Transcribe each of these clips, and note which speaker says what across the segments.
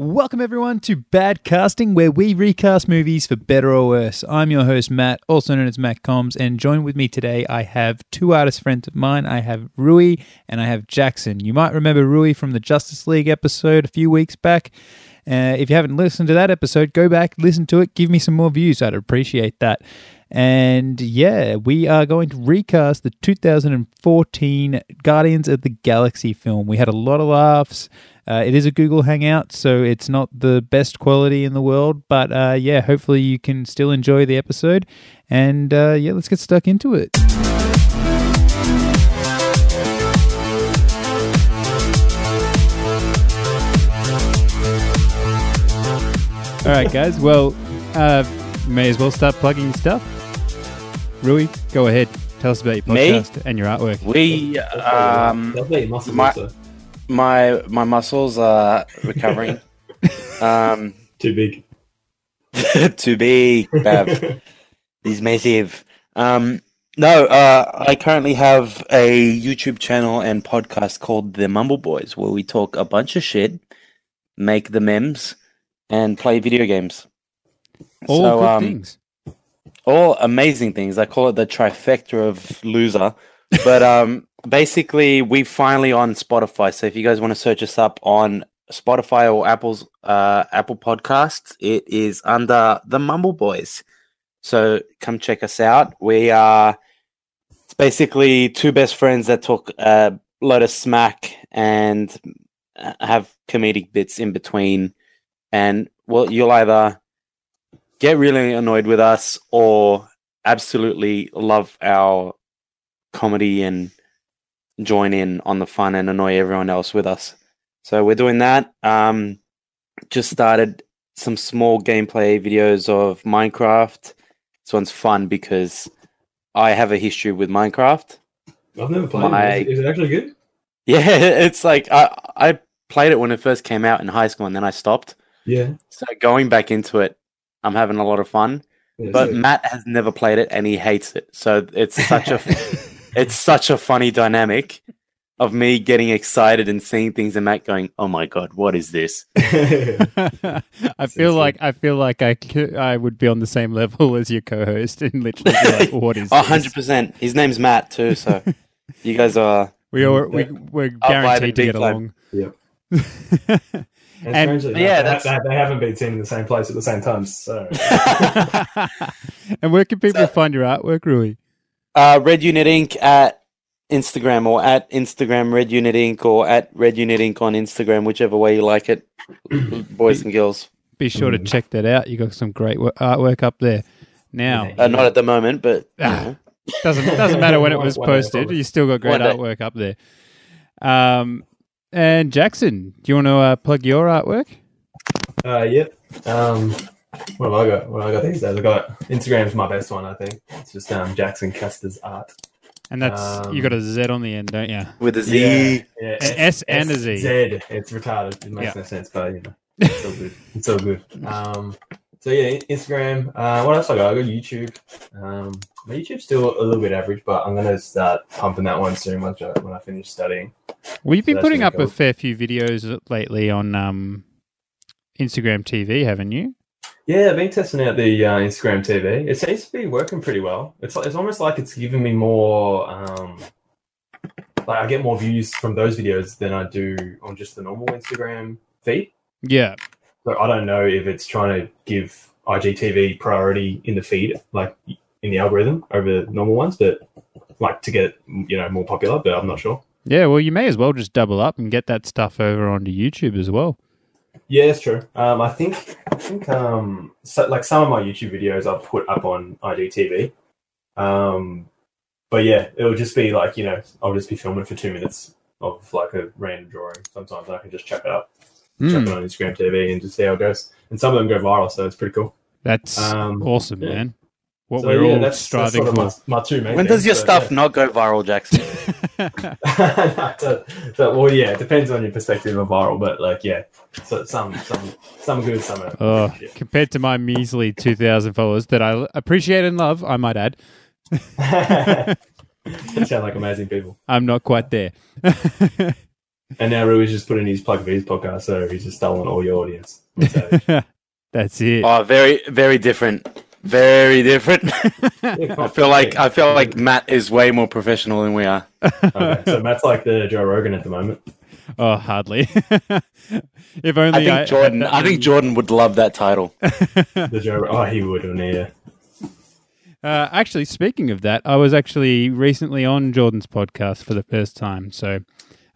Speaker 1: Welcome, everyone, to Bad Casting, where we recast movies for better or worse. I'm your host, Matt, also known as Matt Combs, and joined with me today, I have two artist friends of mine. I have Rui and I have Jackson. You might remember Rui from the Justice League episode a few weeks back. Uh, if you haven't listened to that episode, go back, listen to it, give me some more views. I'd appreciate that. And yeah, we are going to recast the 2014 Guardians of the Galaxy film. We had a lot of laughs. Uh, it is a Google Hangout, so it's not the best quality in the world. But uh, yeah, hopefully you can still enjoy the episode. And uh, yeah, let's get stuck into it. All right, guys. Well, uh, may as well start plugging stuff. Rui, go ahead. Tell us about your
Speaker 2: Me?
Speaker 1: podcast and your artwork.
Speaker 2: We, um,
Speaker 3: That's where your muscles
Speaker 2: my-
Speaker 3: also.
Speaker 2: my my muscles are recovering. um,
Speaker 3: Too big.
Speaker 2: to be Bev, these massive. Um, no, uh, I currently have a YouTube channel and podcast called The Mumble Boys, where we talk a bunch of shit, make the memes, and play video games.
Speaker 1: All
Speaker 2: So,
Speaker 1: Oh, good
Speaker 2: um,
Speaker 1: things.
Speaker 2: all amazing things. I call it the trifecta of loser. But um, basically, we finally on Spotify. So if you guys want to search us up on Spotify or Apple's uh, Apple Podcasts, it is under the Mumble Boys. So come check us out. We are it's basically two best friends that talk a load of smack and uh, have comedic bits in between. And well, you'll either get really annoyed with us or absolutely love our comedy and join in on the fun and annoy everyone else with us. So we're doing that. Um, just started some small gameplay videos of Minecraft. This one's fun because I have a history with Minecraft.
Speaker 3: I've never played
Speaker 2: My-
Speaker 3: it. Is it actually good?
Speaker 2: Yeah, it's like I I played it when it first came out in high school and then I stopped.
Speaker 3: Yeah.
Speaker 2: So going back into it, I'm having a lot of fun.
Speaker 3: Yeah,
Speaker 2: But
Speaker 3: so-
Speaker 2: Matt has never played it and he hates it. So it's such a it's such a funny dynamic of me getting excited and seeing things and Matt going, "Oh my god, what is this?"
Speaker 4: I feel like I feel like I, c- I would be on the same level as your co-host and literally be like, "What is
Speaker 2: A
Speaker 4: this?"
Speaker 2: hundred percent. His name's Matt too, so you guys are
Speaker 4: We are we we're
Speaker 2: I'll buy
Speaker 4: guaranteed to
Speaker 2: them
Speaker 4: get
Speaker 2: big time.
Speaker 4: along.
Speaker 3: Yep. and
Speaker 4: and-
Speaker 3: strangely enough,
Speaker 2: yeah,
Speaker 3: they-
Speaker 2: that's-
Speaker 3: they, they haven't been seen in the same place at the same time. So
Speaker 4: and where can people
Speaker 2: So-
Speaker 4: find your artwork, Rui?
Speaker 2: uh, Red Unit Inc. at Instagram or at Instagram Red Unit Inc. or at Red Unit Inc. on Instagram, whichever way you like it, boys and girls.
Speaker 4: Be sure to
Speaker 3: Mm.
Speaker 4: check that out. You got some great wo- artwork up there. Now
Speaker 2: Uh, not at the moment, but you
Speaker 3: Ah.
Speaker 2: know.
Speaker 4: doesn't doesn't matter when it
Speaker 3: One-
Speaker 4: was
Speaker 3: one day,
Speaker 4: posted.
Speaker 3: probably.
Speaker 4: You still got great
Speaker 2: One day.
Speaker 4: artwork up there. Um, and Jackson, do you want to uh, plug your artwork?
Speaker 3: uh, yep. Um, what have I got? What have I got these days? I got Instagram's my best one. I think it's just um, Jackson Custer's art.
Speaker 4: And that's you
Speaker 3: Um,
Speaker 4: got a Z on the end, don't you?
Speaker 2: with a Z.
Speaker 3: Yeah,
Speaker 4: An S and a Z.
Speaker 3: Z. It's retarded. It makes
Speaker 4: Yeah.
Speaker 3: no sense, but you know, it's all good. It's all good. Um, so yeah, Instagram. Uh, what else I got? I got YouTube. Um, my YouTube's still a little bit average, but I'm gonna start pumping that one soon once I, when I finish studying.
Speaker 4: We've been
Speaker 3: that's
Speaker 4: putting
Speaker 3: gonna
Speaker 4: up
Speaker 3: go-
Speaker 4: a fair few videos lately on um, Instagram TV, haven't you?
Speaker 3: Yeah, I've been testing out the uh, Instagram TV. It seems to be working pretty well. It's like, it's almost like it's giving me more. Um, like I get more views from those videos than I do on just the normal Instagram feed.
Speaker 4: Yeah.
Speaker 3: So I don't know if it's trying to give IGTV priority in the feed, like in the algorithm over the normal ones, but like to get it, you know, more popular. But I'm not sure.
Speaker 4: Yeah, well, you may as well just double up and get that stuff over onto YouTube as well.
Speaker 3: Yeah, that's true. Um, I think I think um, so, like some of my YouTube videos I'll put up on IGTV. Um, but yeah, it'll just be like you know, I'll just be filming for two minutes of like a random drawing. Sometimes I can just chuck it up, chuck
Speaker 4: Hmm.
Speaker 3: it on Instagram TV, and just see how it goes. And some of them go viral, so it's pretty cool.
Speaker 4: That's
Speaker 3: Um,
Speaker 4: awesome,
Speaker 3: yeah.
Speaker 4: man. What
Speaker 3: So,
Speaker 4: we're
Speaker 3: yeah,
Speaker 4: all
Speaker 3: that's- that's
Speaker 4: striving
Speaker 3: sort of
Speaker 4: for.
Speaker 3: My, my two main
Speaker 2: When does
Speaker 3: things,
Speaker 2: your
Speaker 3: but,
Speaker 2: stuff
Speaker 3: yeah.
Speaker 2: not go viral, Jackson?
Speaker 3: so, so, well, yeah, it depends on your perspective of viral, but like, yeah, so some, some, some good, some. are-
Speaker 4: oh,
Speaker 3: shit.
Speaker 4: compared to my measly 2,000 followers that I appreciate and love, I might add,
Speaker 3: you sound like amazing people.
Speaker 4: I'm not quite there.
Speaker 3: And now Rui's just put in his plug for his podcast, so he's just stolen all your audience. So,
Speaker 4: That's it.
Speaker 2: Oh, very, very different. Very different. I feel like I feel like Matt is way more professional than we are.
Speaker 3: Okay, so Matt's like the Joe Rogan at the moment.
Speaker 4: Oh, hardly. if only
Speaker 2: I think Jordan.
Speaker 4: had that
Speaker 2: I think
Speaker 4: in-
Speaker 2: Jordan would love that title.
Speaker 3: The Joe, oh, he would, wouldn't he? Yeah.
Speaker 4: Uh, actually, speaking of that, I was actually recently on Jordan's podcast for the first time, so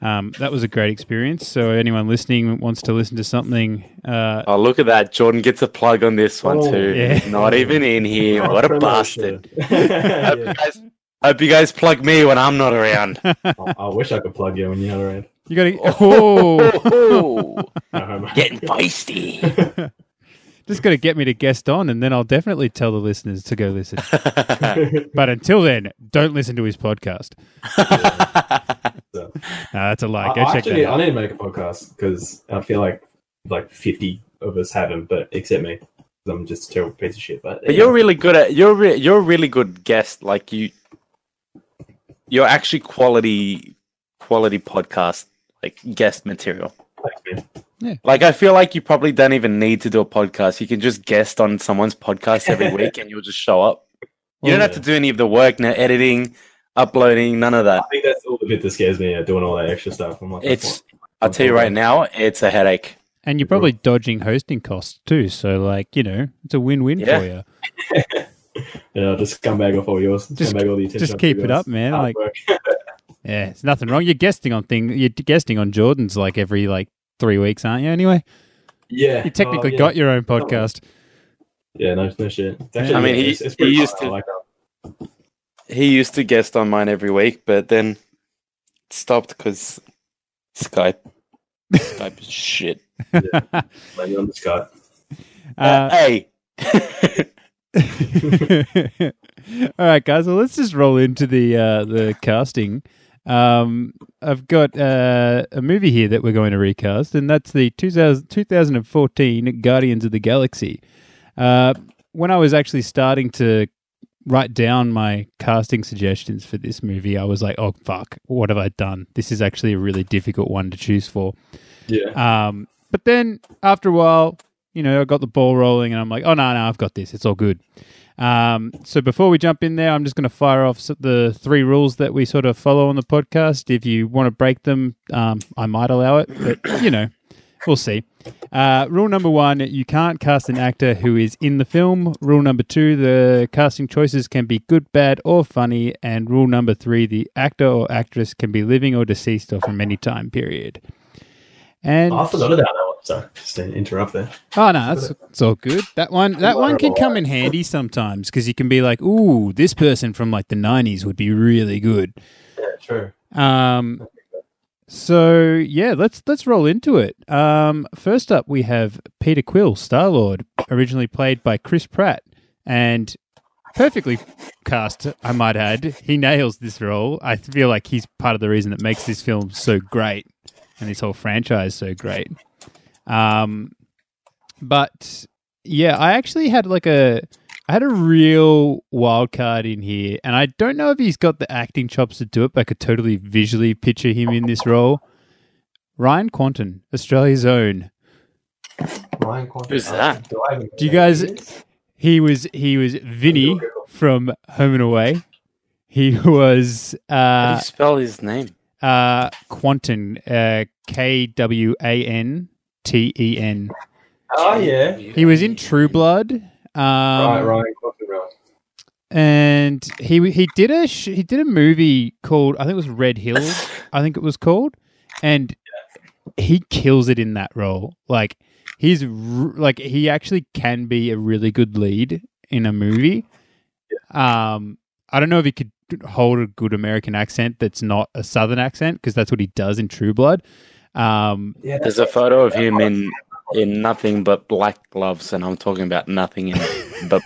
Speaker 4: um, that was a great experience. So, anyone listening that wants to listen to something, uh,
Speaker 2: Oh, look at that! Jordan gets a plug on this one
Speaker 3: Oh,
Speaker 2: too.
Speaker 4: yeah.
Speaker 2: Not even in here. What a
Speaker 3: Promotion.
Speaker 2: bastard!
Speaker 3: Oh, Yeah.
Speaker 2: Guys, hope you guys plug me when I'm not around.
Speaker 3: I, I wish I could plug you when you're not around.
Speaker 4: you got to oh,
Speaker 3: No homo.
Speaker 2: getting feisty.
Speaker 4: just got to get me to guest on, and then I'll definitely tell the listeners to go listen. but until then, don't listen to his podcast.
Speaker 3: So-
Speaker 4: Uh, that's a lie. Go
Speaker 3: I, I
Speaker 4: check
Speaker 3: actually,
Speaker 4: that.
Speaker 3: I
Speaker 4: Out.
Speaker 3: need to make a podcast because I feel like like 50 of us have them, but except me. 'Cause I'm just a terrible piece of shit. But,
Speaker 2: But you're really good at you're re- you're a really good guest. Like you, you're actually quality quality podcast like guest material.
Speaker 3: really.
Speaker 2: Like I feel like you probably don't even need to do a podcast. You can just guest on someone's podcast every week, and you'll just show up. You don't have to do any of the work, no editing, uploading, none of
Speaker 3: I
Speaker 2: that.
Speaker 3: think that's all the bit that scares me, yeah, doing all that extra stuff. I'm like,
Speaker 2: It's I'll tell you right now, it's a headache.
Speaker 4: And you're probably dodging hosting costs too. So, like, you know, it's a win-win
Speaker 2: Yeah.
Speaker 4: for you.
Speaker 3: yeah, I'll just scumbag off all yours.
Speaker 4: Just-
Speaker 3: scumbag all the attention
Speaker 4: just
Speaker 3: off
Speaker 4: keep
Speaker 3: you
Speaker 4: it
Speaker 3: guys.
Speaker 4: up, man,
Speaker 3: Hard
Speaker 4: like-
Speaker 3: work.
Speaker 4: Yeah, it's nothing wrong. You're guesting on thing. You're guesting on Jordan's like every like three weeks, aren't you? Anyway,
Speaker 3: yeah.
Speaker 4: you technically
Speaker 3: oh, yeah.
Speaker 4: got your own podcast.
Speaker 3: Yeah, no, no shit. It's actually-
Speaker 2: I mean, he-
Speaker 3: it's, it's
Speaker 2: he
Speaker 3: pretty
Speaker 2: used
Speaker 3: fun. I
Speaker 2: to-
Speaker 3: like that.
Speaker 2: He used to guest on mine every week, but then stopped because Skype. Skype is shit.
Speaker 3: Like, on the Skype.
Speaker 2: Uh,
Speaker 4: Uh,
Speaker 2: hey,
Speaker 4: all right, guys. Well, let's just roll into the uh, the casting. Um, I've got uh, a movie here that we're going to recast, and that's the 2000, 2014 Guardians of the Galaxy. Uh, when I was actually starting to write down my casting suggestions for this movie, I was like, "Oh fuck, what have I done? This is actually a really difficult one to choose for."
Speaker 3: Yeah.
Speaker 4: Um, but then after a while, you know, I got the ball rolling and I'm like, oh, no, no, I've got this. It's all good. Um, so before we jump in there, I'm just going to fire off s- the three rules that we sort of follow on the podcast. If you want to break them, um, I might allow it, but you know, we'll see. Uh, rule number one, you can't cast an actor who is in the film. Rule number two, the casting choices can be good, bad, or funny. And rule number three, the actor or actress can be living or deceased or from any time period. And
Speaker 3: I forgot about that one. Sorry, just to interrupt there.
Speaker 4: Oh no, that's it's all good. That one, that one can come in handy sometimes because you can be like, "Ooh, this person from like the '90s would be really good."
Speaker 3: Yeah, true.
Speaker 4: Um, so yeah, let's let's roll into it. Um, first up, we have Peter Quill, Star Lord, originally played by Chris Pratt, and perfectly cast, I might add. He nails this role. I feel like he's part of the reason that makes this film so great and this whole franchise so great. Um, but yeah, I actually had like a I had a real wild card in here, and I don't know if he's got the acting chops to do it, but I could totally visually picture him in this role. Ryan Quanten, Australia's own.
Speaker 3: Ryan Quantrill.
Speaker 2: Who's that?
Speaker 3: Do, I even know
Speaker 4: Do you
Speaker 3: who
Speaker 4: guys-
Speaker 3: he is?
Speaker 4: He was he was Vinny from Home and Away. He was
Speaker 2: how do
Speaker 4: uh,
Speaker 2: you spell his name?
Speaker 4: uh, Quanten, uh, K W A N T E N.
Speaker 3: Oh yeah.
Speaker 4: He was in True Blood. Um,
Speaker 3: right, Ryan Quantrill.
Speaker 4: and he he did a sh- he did a movie called I think it was Red Hills I think it was called and he kills it in that role like he's r- like he actually can be a really good lead in a movie um I don't know if he could hold a good American accent that's not a southern accent because that's what he does in True Blood um
Speaker 3: Yeah.
Speaker 2: There's a photo of him in in nothing but black gloves, and I'm talking about nothing in but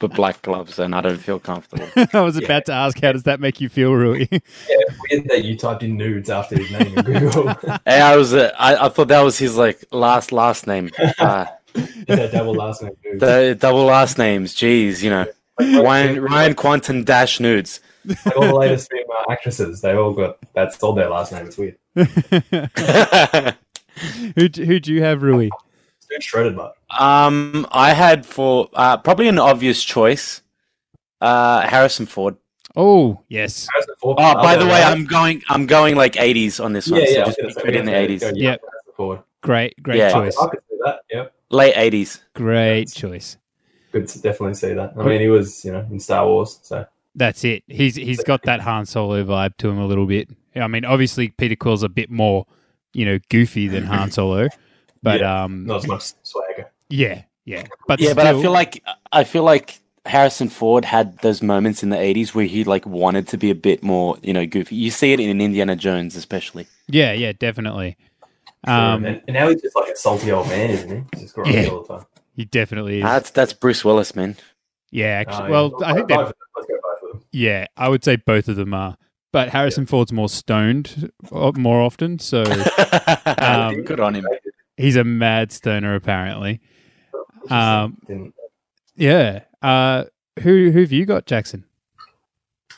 Speaker 2: but black gloves, and I don't feel comfortable.
Speaker 4: I was
Speaker 3: Yeah.
Speaker 4: about to ask how does that make you feel Rui
Speaker 3: weird that you typed in nudes after his name in Google. that
Speaker 2: Hey, I was uh, I, I thought that was his like last last name. Uh,
Speaker 3: double last name. Nudes.
Speaker 2: the double last names. Jeez, you know, Ryan Ryan Quanton dash nudes.
Speaker 3: Like all the latest female actresses, they all got that's all their last name. It's weird.
Speaker 4: who d- who do you have, Rui?
Speaker 3: It's been shredded, but
Speaker 2: um, I had for uh, probably an obvious choice, uh, Harrison Ford.
Speaker 4: Oh yes,
Speaker 3: Harrison Ford.
Speaker 2: Oh, by the way,
Speaker 3: Yeah,
Speaker 2: I'm going. I'm going like 80s on this
Speaker 3: yeah,
Speaker 2: one. so
Speaker 3: yeah, I was
Speaker 2: just
Speaker 3: gonna say,
Speaker 2: put it in the
Speaker 3: yeah, go
Speaker 2: 80s,
Speaker 3: young
Speaker 4: Yep.
Speaker 3: Harrison Ford.
Speaker 4: great great
Speaker 2: Yeah.
Speaker 4: choice,
Speaker 3: I could see that. Yep,
Speaker 2: late 80s.
Speaker 4: great choice.
Speaker 3: could definitely see that. I mean, he was you know in Star Wars, so
Speaker 4: That's it. He's he's got that Han Solo vibe to him a little bit. I mean, obviously Peter Quill's a bit more you know goofy than Han Solo, but um
Speaker 3: not as much swagger.
Speaker 4: yeah yeah but
Speaker 2: yeah, but I
Speaker 4: still-
Speaker 2: feel like I feel like Harrison Ford had those moments in the 80s where he like wanted to be a bit more, you know, goofy. You see it in Indiana Jones, especially.
Speaker 4: yeah yeah definitely.
Speaker 3: Um,
Speaker 4: Um,
Speaker 3: and, and now he's just like a salty old man, isn't he? He's just grumpy
Speaker 4: Yeah.
Speaker 3: all the time.
Speaker 4: he definitely is.
Speaker 2: That's that's Bruce Willis, man.
Speaker 4: Yeah,
Speaker 3: Oh,
Speaker 4: actually,
Speaker 3: yeah.
Speaker 4: well, I think
Speaker 3: both
Speaker 4: they're
Speaker 3: of them. Let's go both of them.
Speaker 4: Yeah, I would say both of them are. But Harrison Ford's more stoned uh, more often, so Um,
Speaker 2: Good on him.
Speaker 4: he's a mad stoner apparently. Um,
Speaker 3: Didn't-
Speaker 4: yeah. Uh, who who've you got, Jackson?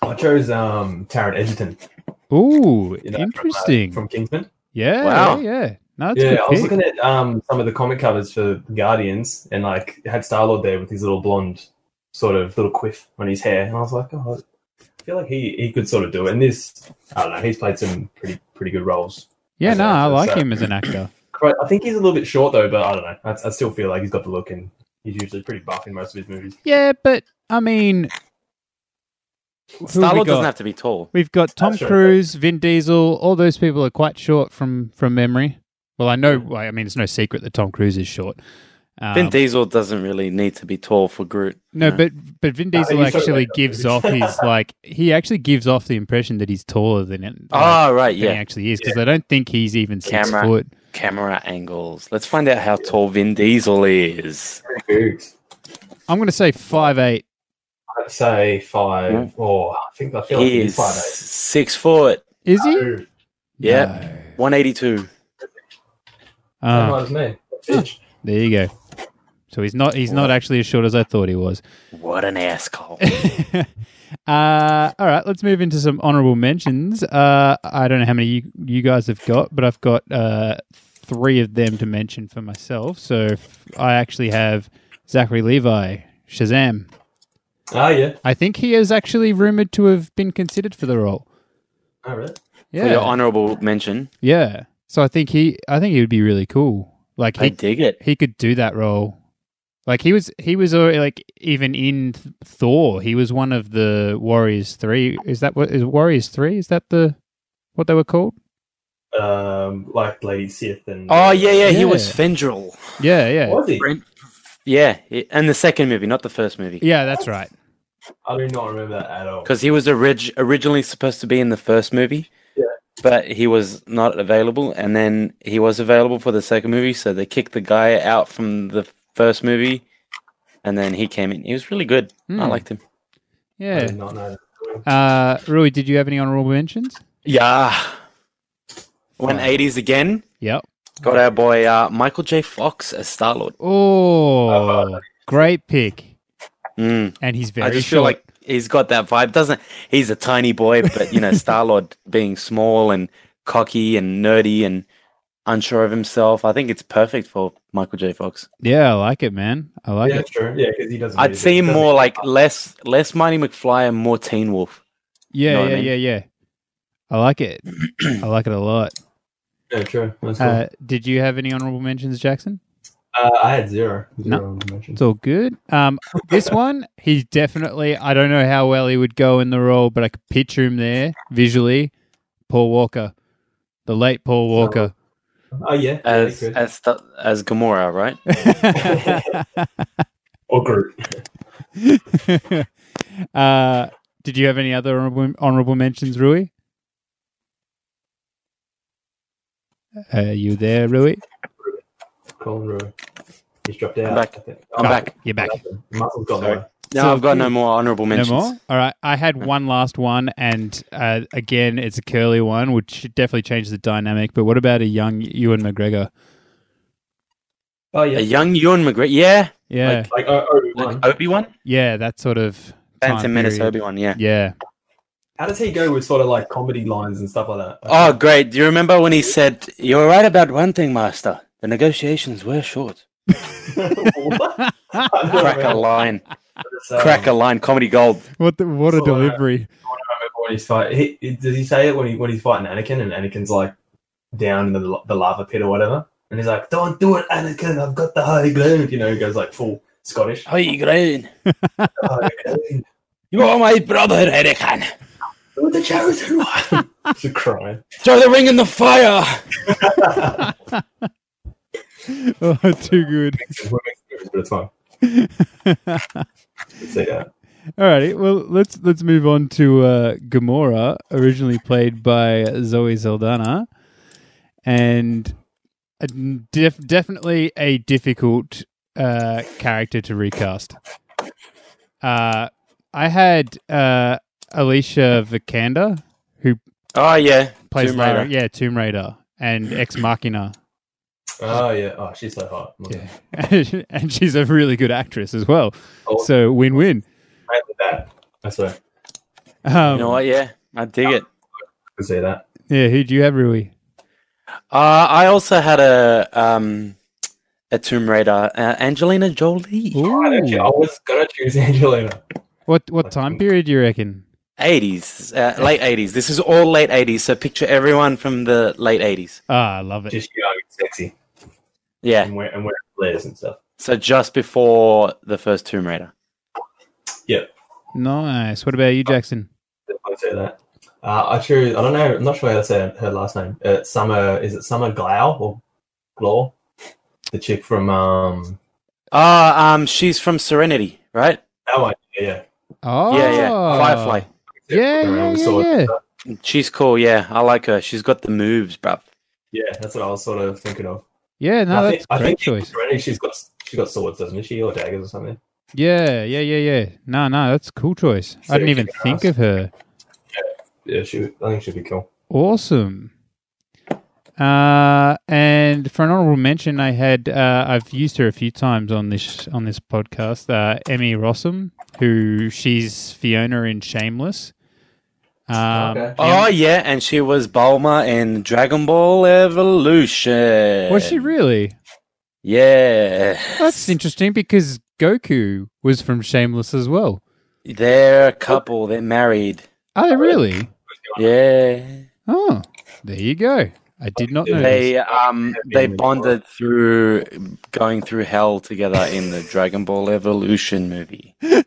Speaker 3: I chose um, Taron Egerton.
Speaker 4: Ooh,
Speaker 3: you know, from, uh,
Speaker 4: interesting.
Speaker 3: from Kingsman.
Speaker 4: yeah,
Speaker 2: Wow.
Speaker 4: yeah, yeah. No, that's a
Speaker 3: yeah,
Speaker 4: good
Speaker 3: I was
Speaker 4: pick.
Speaker 3: looking at um, some of the comic covers for Guardians, and like it had Star Lord there with his little blonde sort of little quiff on his hair, and I was like, oh, I feel like he, he could sort of do it. And this, I don't know, he's played some pretty pretty good roles.
Speaker 4: yeah, no, I like
Speaker 3: So-
Speaker 4: him as an actor.
Speaker 3: But I think he's a little bit short though, but I don't know. I, I still feel like he's got the look, and he's usually pretty buff in most of his movies.
Speaker 4: Yeah, but I mean, who have we
Speaker 2: Star Lord
Speaker 4: got?
Speaker 2: doesn't have to be tall.
Speaker 4: We've got Tom
Speaker 3: That's true.
Speaker 4: Cruise, Vin Diesel. All those people are quite short from from memory. Well, I know. I mean, it's no secret that Tom Cruise is short. Um,
Speaker 2: Vin Diesel doesn't really need to be tall for Groot.
Speaker 4: No,
Speaker 2: you know?
Speaker 4: but but Vin
Speaker 3: No,
Speaker 4: Diesel
Speaker 3: you sort of
Speaker 4: actually
Speaker 3: like-
Speaker 4: gives off his like he actually gives off the impression that he's taller than it. like,
Speaker 2: oh right,
Speaker 4: than he
Speaker 2: yeah.
Speaker 4: actually is because I don't think he's even six
Speaker 2: Camera.
Speaker 4: foot.
Speaker 2: Camera angles. Let's find out how tall Vin Diesel is.
Speaker 3: Pretty good.
Speaker 4: I'm going to say five eight.
Speaker 3: I'd say five, or I think I feel like
Speaker 2: He
Speaker 3: he's eh?
Speaker 2: is
Speaker 3: five
Speaker 2: six foot.
Speaker 4: Is he?
Speaker 3: eight.
Speaker 2: Yeah, one eighty two.
Speaker 4: No.
Speaker 3: Same
Speaker 4: Ah,
Speaker 3: height as me. Bitch.
Speaker 4: there you go. So he's not he's not actually as short as I thought he was.
Speaker 2: What an ass call.
Speaker 4: uh, all right, let's move into some honorable mentions. Uh, I don't know how many you, you guys have got, but I've got uh, three of them to mention for myself. So f- I actually have Zachary Levi, Shazam.
Speaker 3: Ah, yeah.
Speaker 4: I think he is actually rumored to have been considered for the role.
Speaker 3: Oh, really?
Speaker 2: For
Speaker 4: Yeah,
Speaker 2: your honorable mention,
Speaker 4: yeah. So I think he, I think he would be really cool. Like
Speaker 2: I
Speaker 4: he,
Speaker 2: dig it.
Speaker 4: he could do that role. Like he was, he was already like even in Th- Thor, he was one of the Warriors Three. Is that what is Warriors Three? Is that the what they were called?
Speaker 3: um, like Lady Sith and
Speaker 2: Oh yeah, yeah, he was
Speaker 4: Yeah.
Speaker 2: Fendril.
Speaker 4: Yeah, yeah,
Speaker 3: Was he?
Speaker 2: Yeah, i- and the second movie, not the first movie,
Speaker 4: yeah. That's right.
Speaker 3: I do not remember that at all.
Speaker 2: because he was orig- originally supposed to be in the first movie.
Speaker 3: Yeah.
Speaker 2: But he was not available, and then he was available for the second movie, so they kicked the guy out from the first movie, and then he came in. He was really good. I
Speaker 4: Hmm.
Speaker 2: liked him.
Speaker 3: I
Speaker 4: Yeah.
Speaker 3: did not know. that.
Speaker 4: Uh, Rui, did you have any honorable mentions?
Speaker 2: Yeah. One eighties again.
Speaker 4: Yep.
Speaker 2: Got our boy uh, Michael J. Fox as Star Lord.
Speaker 4: Oh, great pick.
Speaker 2: Mm.
Speaker 4: And he's very
Speaker 2: I just
Speaker 4: short.
Speaker 2: feel like he's got that vibe. Doesn't he's a tiny boy, but you know, Star Lord being small and cocky and nerdy and unsure of himself. I think it's perfect for Michael J. Fox.
Speaker 4: yeah, I like it, man. I like
Speaker 3: yeah,
Speaker 4: it.
Speaker 3: sure. Yeah, because he doesn't.
Speaker 2: I'd
Speaker 3: use it.
Speaker 2: see
Speaker 3: He
Speaker 2: him
Speaker 3: doesn't
Speaker 2: more
Speaker 3: use
Speaker 2: like
Speaker 3: it.
Speaker 2: less less Mighty McFly and more Teen Wolf.
Speaker 4: Yeah,
Speaker 2: Know what I
Speaker 4: yeah,
Speaker 2: mean?
Speaker 4: yeah, yeah. I like it. I like it a lot.
Speaker 3: Yeah, true. That's cool.
Speaker 4: Uh, did you have any honorable mentions, Jackson?
Speaker 3: Uh, I had zero.
Speaker 4: No.
Speaker 3: Zero
Speaker 4: It's
Speaker 3: mentions.
Speaker 4: all good. Um, this one, he definitely. I don't know how well he would go in the role, but I could picture him there visually. Paul Walker, the late Paul Walker.
Speaker 3: Oh yeah, yeah,
Speaker 2: As
Speaker 3: he could.
Speaker 2: as th- as Gamora, right?
Speaker 3: or Groot.
Speaker 4: uh, did you have any other honorable, honorable mentions, Rui? Uh, Are you there, Rui?
Speaker 3: Colin Roy. He's dropped out.
Speaker 2: I'm back.
Speaker 3: I think.
Speaker 2: I'm
Speaker 3: Oh,
Speaker 2: back.
Speaker 4: You're back.
Speaker 3: Muscle's got
Speaker 2: Sorry.
Speaker 3: away.
Speaker 2: No,
Speaker 4: So-
Speaker 2: I've got no more honorable mentions.
Speaker 4: No more. All right. I had one last one, and uh, again, it's a curly one, which should definitely change the dynamic. But what about a young Ewan McGregor?
Speaker 3: Oh
Speaker 2: A
Speaker 3: yeah,
Speaker 2: young Ewan McGregor, Uh, yeah,
Speaker 4: Yeah,
Speaker 2: Like-
Speaker 3: like oh, Obi
Speaker 2: like
Speaker 3: Wan.
Speaker 2: Obi Wan,
Speaker 4: yeah, that sort of time
Speaker 2: Phantom Menace
Speaker 4: period.
Speaker 2: Obi Wan, yeah.
Speaker 4: Yeah,
Speaker 3: How does he go with sort of like comedy lines and stuff like that?
Speaker 2: Oh, great. Do you remember when he said, You're right about one thing, Master. The negotiations were short.
Speaker 3: What? I don't
Speaker 2: Crack a
Speaker 3: remember.
Speaker 2: line.
Speaker 3: It's, um,
Speaker 2: Crack a line. Comedy gold.
Speaker 4: What the, what a
Speaker 3: Sort of.
Speaker 4: delivery!
Speaker 3: I don't remember when he's fight. He, he- does he say it when he when he's fighting Anakin and Anakin's like down in the the lava pit or whatever, and he's like, "Don't do it, Anakin. I've got the high ground." You know, he goes like full Scottish.
Speaker 2: How you going?
Speaker 3: "The high ground.
Speaker 2: You are my brother, Erican.
Speaker 3: You're the chosen one. He's crying.
Speaker 2: Throw the ring in the fire.
Speaker 4: Oh, too good.
Speaker 3: It's weird, but it's fine. Let's see that.
Speaker 4: All righty. Well, let's let's move on to uh, Gamora, originally played by Zoe Saldana, and a def- definitely a difficult uh, character to recast. Uh, I had uh, Alicia Vikander, who
Speaker 2: Oh, yeah.
Speaker 4: plays
Speaker 2: Tomb
Speaker 4: Lara-
Speaker 2: Raider.
Speaker 4: yeah, Tomb Raider and Ex Machina,
Speaker 3: Oh yeah. Oh, she's so hot.
Speaker 4: Yeah. and she's a really good actress as well.
Speaker 3: Oh.
Speaker 4: So win win.
Speaker 3: Mainly that. I swear.
Speaker 4: Um,
Speaker 2: You know what? Yeah. I dig it.
Speaker 3: I can see that.
Speaker 4: yeah, who do you have, Rui?
Speaker 2: Uh, I also had a um, a Tomb Raider, uh, Angelina Jolie,
Speaker 3: I, don't care. I was gonna choose Angelina.
Speaker 4: What what time period do you reckon?
Speaker 2: eighties, uh, late eighties. This is all late eighties. So picture everyone from the late eighties.
Speaker 4: Ah, I love it.
Speaker 3: Just young, and sexy,
Speaker 2: Yeah.
Speaker 3: and wear and wearing flares and stuff.
Speaker 2: So just before the first Tomb Raider.
Speaker 4: Nice. What about you, Jackson?
Speaker 3: I say that. Uh, I choose. I don't know. I'm not sure how to say her, her last name. Uh, Summer. Is it Summer Glau or Glaw? The chick from um.
Speaker 2: Oh, um, she's from Serenity, right?
Speaker 3: That one. Yeah.
Speaker 4: Oh,
Speaker 2: Yeah, yeah. Firefly.
Speaker 4: Yeah, yeah,
Speaker 3: Around the
Speaker 4: yeah,
Speaker 3: sword.
Speaker 4: yeah.
Speaker 2: She's cool. Yeah, I like her. She's got the moves, bruv.
Speaker 3: Yeah, that's what I was sort of thinking of.
Speaker 4: Yeah, no,
Speaker 3: I
Speaker 4: that's
Speaker 3: think, I
Speaker 4: a great
Speaker 3: think
Speaker 4: choice.
Speaker 3: Serenity, she's got she got swords, doesn't she, or daggers or something?
Speaker 4: Yeah, yeah, yeah, yeah. No, no, that's a cool choice. I
Speaker 3: So
Speaker 4: didn't
Speaker 3: you
Speaker 4: even
Speaker 3: can
Speaker 4: think
Speaker 3: ask.
Speaker 4: of her.
Speaker 3: Yeah, she. would- I think she'd be cool.
Speaker 4: Awesome. Uh, and for an honorable mention, I had uh, I've used her a few times on this on this podcast. Uh, Emmy Rossum, who she's Fiona in Shameless. Um,
Speaker 3: Okay.
Speaker 2: Oh yeah, and she was Bulma in Dragon Ball Evolution.
Speaker 4: Was she really?
Speaker 2: Yeah.
Speaker 4: That's interesting because Goku was from Shameless as well.
Speaker 2: They're a couple. They're married.
Speaker 4: Oh, really?
Speaker 2: Yeah.
Speaker 4: Oh, there you go. I did not know.
Speaker 2: They
Speaker 4: this.
Speaker 2: um they bonded through going through hell together in the Dragon Ball Evolution movie.
Speaker 3: Good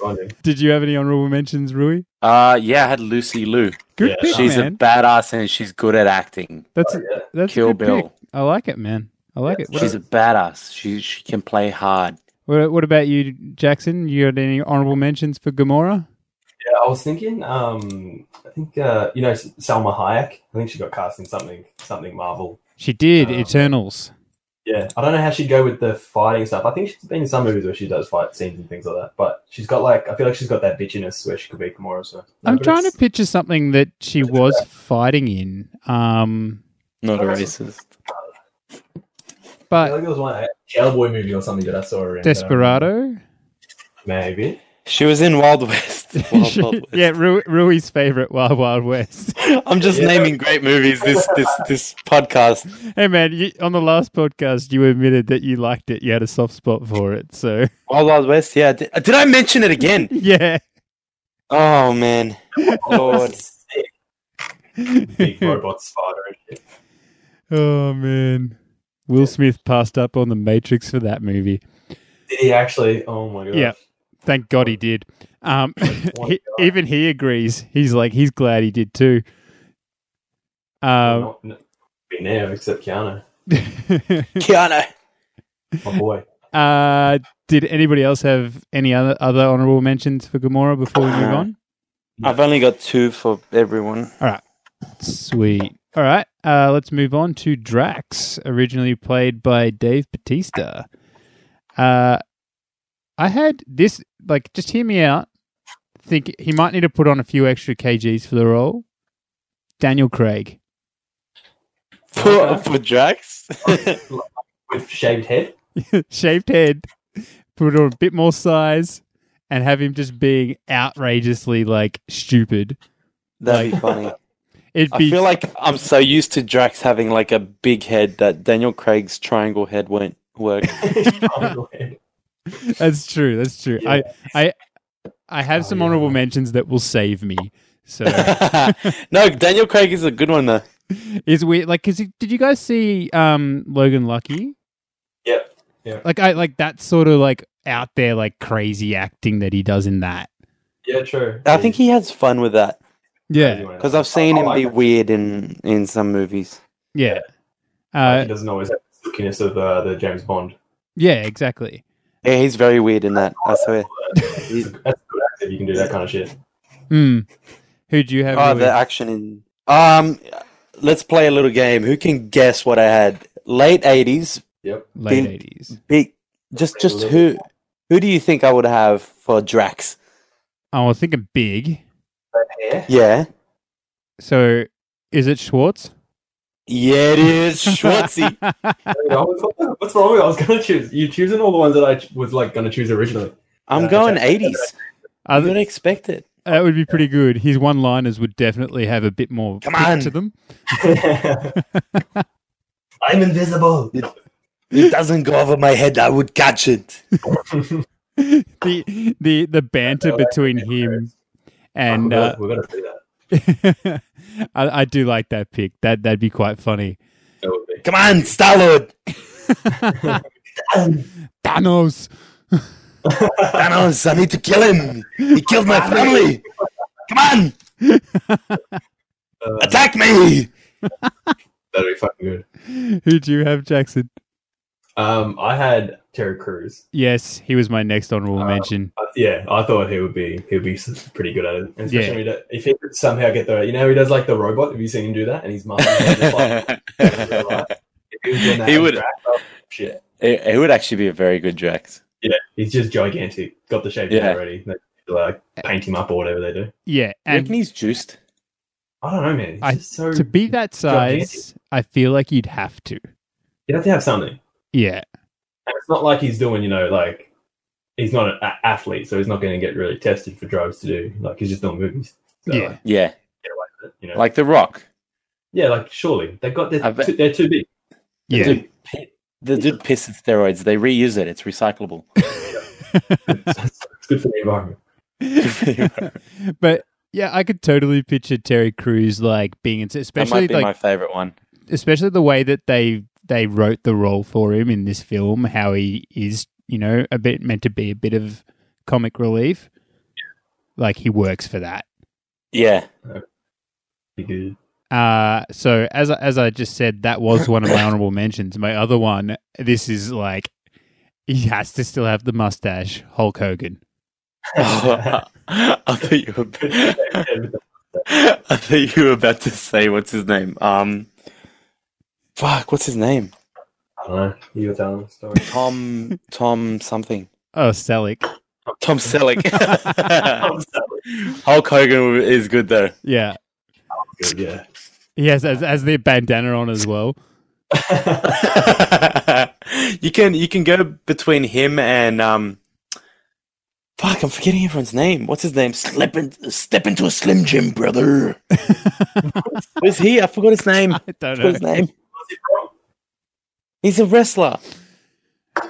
Speaker 3: finding.
Speaker 4: Did you have any honorable mentions, Rui?
Speaker 2: Uh yeah, I had Lucy Liu.
Speaker 4: Good
Speaker 3: Yeah,
Speaker 4: pick,
Speaker 2: She's a
Speaker 4: Oh, man.
Speaker 2: badass and she's good at acting.
Speaker 4: that's
Speaker 3: Yeah.
Speaker 4: that's a
Speaker 2: Kill
Speaker 4: good pick.
Speaker 2: Bill.
Speaker 4: I like it, man. I like it. What,
Speaker 2: She's a badass. She she can play hard.
Speaker 4: what, what about you, Jackson? You had any honorable mentions for Gamora?
Speaker 3: Yeah, I was thinking. Um, I think uh, you know Selma Hayek. I think she got cast in something something Marvel.
Speaker 4: She did
Speaker 3: Um,
Speaker 4: Eternals.
Speaker 3: Yeah, I don't know how she'd go with the fighting stuff. I think she's been in some movies where she does fight scenes and things like that. But she's got like, I feel like she's got that bitchiness where she could be Gamora. So
Speaker 4: I'm trying to picture something that she was fighting in. Um,
Speaker 2: Not a racist.
Speaker 3: I
Speaker 4: but
Speaker 3: think there was one a cowboy movie or something that I saw her in.
Speaker 4: Desperado.
Speaker 3: maybe.
Speaker 2: She was in Wild West. Wild, Wild West.
Speaker 4: yeah, Ru- Rui's favorite Wild Wild West.
Speaker 2: I'm just
Speaker 3: Yeah.
Speaker 2: naming great movies this this this podcast.
Speaker 4: Hey man, you, on the last podcast you admitted that you liked it. You had a soft spot for it. So
Speaker 2: Wild Wild West, yeah. Did, uh, did I mention it again?
Speaker 4: yeah,
Speaker 2: Oh man. Lord.
Speaker 3: Big robot spider and shit.
Speaker 4: oh man, Will Smith passed up on the Matrix for that movie.
Speaker 3: Did he actually? Oh my god.
Speaker 4: Yeah. Thank God he did. Um,
Speaker 3: One
Speaker 4: he,
Speaker 3: guy.
Speaker 4: even he agrees. He's like he's glad he did too. Um,
Speaker 3: Not- not be now except Keanu,
Speaker 2: Keanu.
Speaker 3: my boy.
Speaker 4: uh, did anybody else have any other other honorable mentions for Gamora before we move on?
Speaker 2: I've only got two for everyone.
Speaker 4: Sweet. All right. Uh, let's move on to Drax, originally played by Dave Batista. Uh, I had this, like, just hear me out. Think he might need to put on a few extra kgs for the role. Daniel Craig.
Speaker 2: For for Drax?
Speaker 3: With shaved head.
Speaker 4: Shaved head, put on a bit more size, and have him just being outrageously like stupid.
Speaker 2: That'd be funny.
Speaker 4: It'd
Speaker 2: I
Speaker 4: be
Speaker 2: feel like I'm so used to Drax having like a big head that Daniel Craig's triangle head won't work.
Speaker 3: Oh,
Speaker 4: that's true. That's true.
Speaker 3: Yeah.
Speaker 4: I I I have
Speaker 3: Oh,
Speaker 4: some
Speaker 3: yeah.
Speaker 4: honorable mentions that will save me. So
Speaker 2: no, Daniel Craig is a good one though.
Speaker 4: it's weird. Like, cause you- did you guys see um Logan Lucky?
Speaker 3: Yep. Yeah.
Speaker 4: Like I like that sort of like out there like crazy acting that he does in that.
Speaker 3: yeah, true.
Speaker 2: I think he has fun with that
Speaker 4: Yeah.
Speaker 2: because I've seen
Speaker 3: I- I
Speaker 2: him
Speaker 3: like
Speaker 2: be
Speaker 3: it.
Speaker 2: weird in in some movies.
Speaker 4: Yeah. Uh,
Speaker 3: Like, he doesn't always have the silkiness of uh, the James Bond.
Speaker 4: yeah. Exactly.
Speaker 2: Yeah, he's very weird in that. I swear.
Speaker 3: That's a that's a good actor. if You can do that kind of shit.
Speaker 4: Mm. Who do you have?
Speaker 2: Oh,
Speaker 4: Louis?
Speaker 2: the action in. Um, let's play a little game. Who can guess what I had? Late '80s,
Speaker 3: Yep.
Speaker 4: Late
Speaker 2: Big-
Speaker 4: eighties.
Speaker 2: big. Just, just who? Who do you think I would have for Drax?
Speaker 4: Oh, I think a big.
Speaker 3: Yeah.
Speaker 2: Yeah,
Speaker 4: So, is it Schwartz?
Speaker 2: yeah, it is Schwartzy.
Speaker 3: What's wrong with it? I was gonna choose. You're choosing all the ones that I ch- was like gonna choose originally.
Speaker 2: I'm
Speaker 3: Yeah,
Speaker 2: going
Speaker 3: okay.
Speaker 2: '80s. I
Speaker 4: Other-
Speaker 2: didn't expect it.
Speaker 4: that would be pretty good. His one-liners would definitely have a bit more
Speaker 2: Come
Speaker 4: kick
Speaker 2: on.
Speaker 4: to them.
Speaker 3: I'm invisible.
Speaker 2: It doesn't go over my head. I would catch it.
Speaker 4: the the the banter between him and uh,
Speaker 3: we're gonna do that.
Speaker 4: I, I do like that pick. That that'd be quite funny.
Speaker 3: That would be.
Speaker 2: Come on, Starlord,
Speaker 4: Thanos.
Speaker 2: Thanos. I need to kill him. He killed my family. Come on,
Speaker 3: Uh,
Speaker 2: attack me.
Speaker 3: that'd be fucking good.
Speaker 4: Who do you have, Jackson?
Speaker 3: Um, I had Terry Crews.
Speaker 4: Yes, he was my next honorable
Speaker 3: Uh,
Speaker 4: mention.
Speaker 3: Uh, yeah, I thought he would be he would be s- pretty good at it. And
Speaker 4: Yeah.
Speaker 3: especially when he do- if he could somehow get the you know he does like the robot. Have you seen him do that? And he's master.
Speaker 2: He would-
Speaker 3: Shit,
Speaker 2: It, it would actually be a very good Drax.
Speaker 3: he's just gigantic. Got the shape
Speaker 2: Yeah.
Speaker 3: already. They like paint him up or whatever they do.
Speaker 4: Yeah,
Speaker 2: I reckon
Speaker 4: and
Speaker 2: he's juiced.
Speaker 3: I don't know, man. He's
Speaker 4: I-
Speaker 3: just so
Speaker 4: to be that
Speaker 3: Gigantic.
Speaker 4: size, I feel like you'd have to.
Speaker 3: you have to have something.
Speaker 4: Yeah,
Speaker 3: And it's not like he's doing, you know, like he's not an a- athlete, so he's not going to get really tested for drugs to do. Like he's just doing movies. So,
Speaker 4: Yeah.
Speaker 3: like,
Speaker 2: Yeah,
Speaker 3: you know,
Speaker 2: like The Rock.
Speaker 3: yeah, like surely they got
Speaker 2: I
Speaker 3: they're,
Speaker 2: bet-
Speaker 3: too, they're too big.
Speaker 4: yeah.
Speaker 2: Dude, pi- the dude pisses steroids. They reuse it. It's recyclable.
Speaker 3: it's good for the environment.
Speaker 4: but yeah, I could totally picture Terry Crews like being, into,
Speaker 2: that
Speaker 4: especially
Speaker 2: might be
Speaker 4: like
Speaker 2: my favorite one.
Speaker 4: especially the way that they they wrote the role for him in this film, how he is, you know, a bit meant to be a bit of comic relief. Like he works for that.
Speaker 2: Yeah,
Speaker 3: Be good.
Speaker 4: Uh, so as I- as I just said, that was one of my honorable mentions. My other one, this is like he has to still have the mustache, Hulk Hogan.
Speaker 2: I thought you were.
Speaker 3: Dwayne
Speaker 2: I thought you were about to say what's his name. Um, fuck, what's his name?
Speaker 3: I don't know. You were telling the story.
Speaker 2: Tom. Tom something.
Speaker 4: Oh, Selick.
Speaker 2: Tom Selleck.
Speaker 3: I'm sorry.
Speaker 2: Hulk Hogan is good though.
Speaker 4: Yeah.
Speaker 3: Good, yeah.
Speaker 4: He has as as the bandana on as well.
Speaker 2: you can you can go between him and um fuck i'm forgetting everyone's name what's his name slip in, step into a slim jim brother where's he i forgot his name
Speaker 4: I don't
Speaker 2: Forgot
Speaker 4: know.
Speaker 2: his name he's a wrestler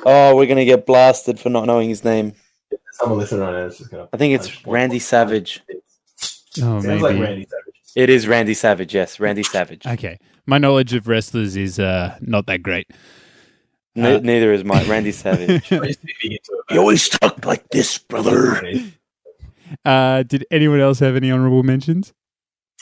Speaker 2: oh we're gonna get blasted for not knowing his name
Speaker 3: Someone listening right now is just gonna.
Speaker 2: i think it's randy savage
Speaker 4: Oh,
Speaker 3: Sounds
Speaker 4: maybe.
Speaker 3: like Randy Savage.
Speaker 2: it is randy savage yes randy savage
Speaker 4: Okay. My knowledge of wrestlers is uh, not that great.
Speaker 2: Ne- neither is mine randy savage
Speaker 3: I used to be big into it,
Speaker 2: he always talked like this brother
Speaker 3: man. He's-
Speaker 4: Uh, did anyone else have any honorable mentions?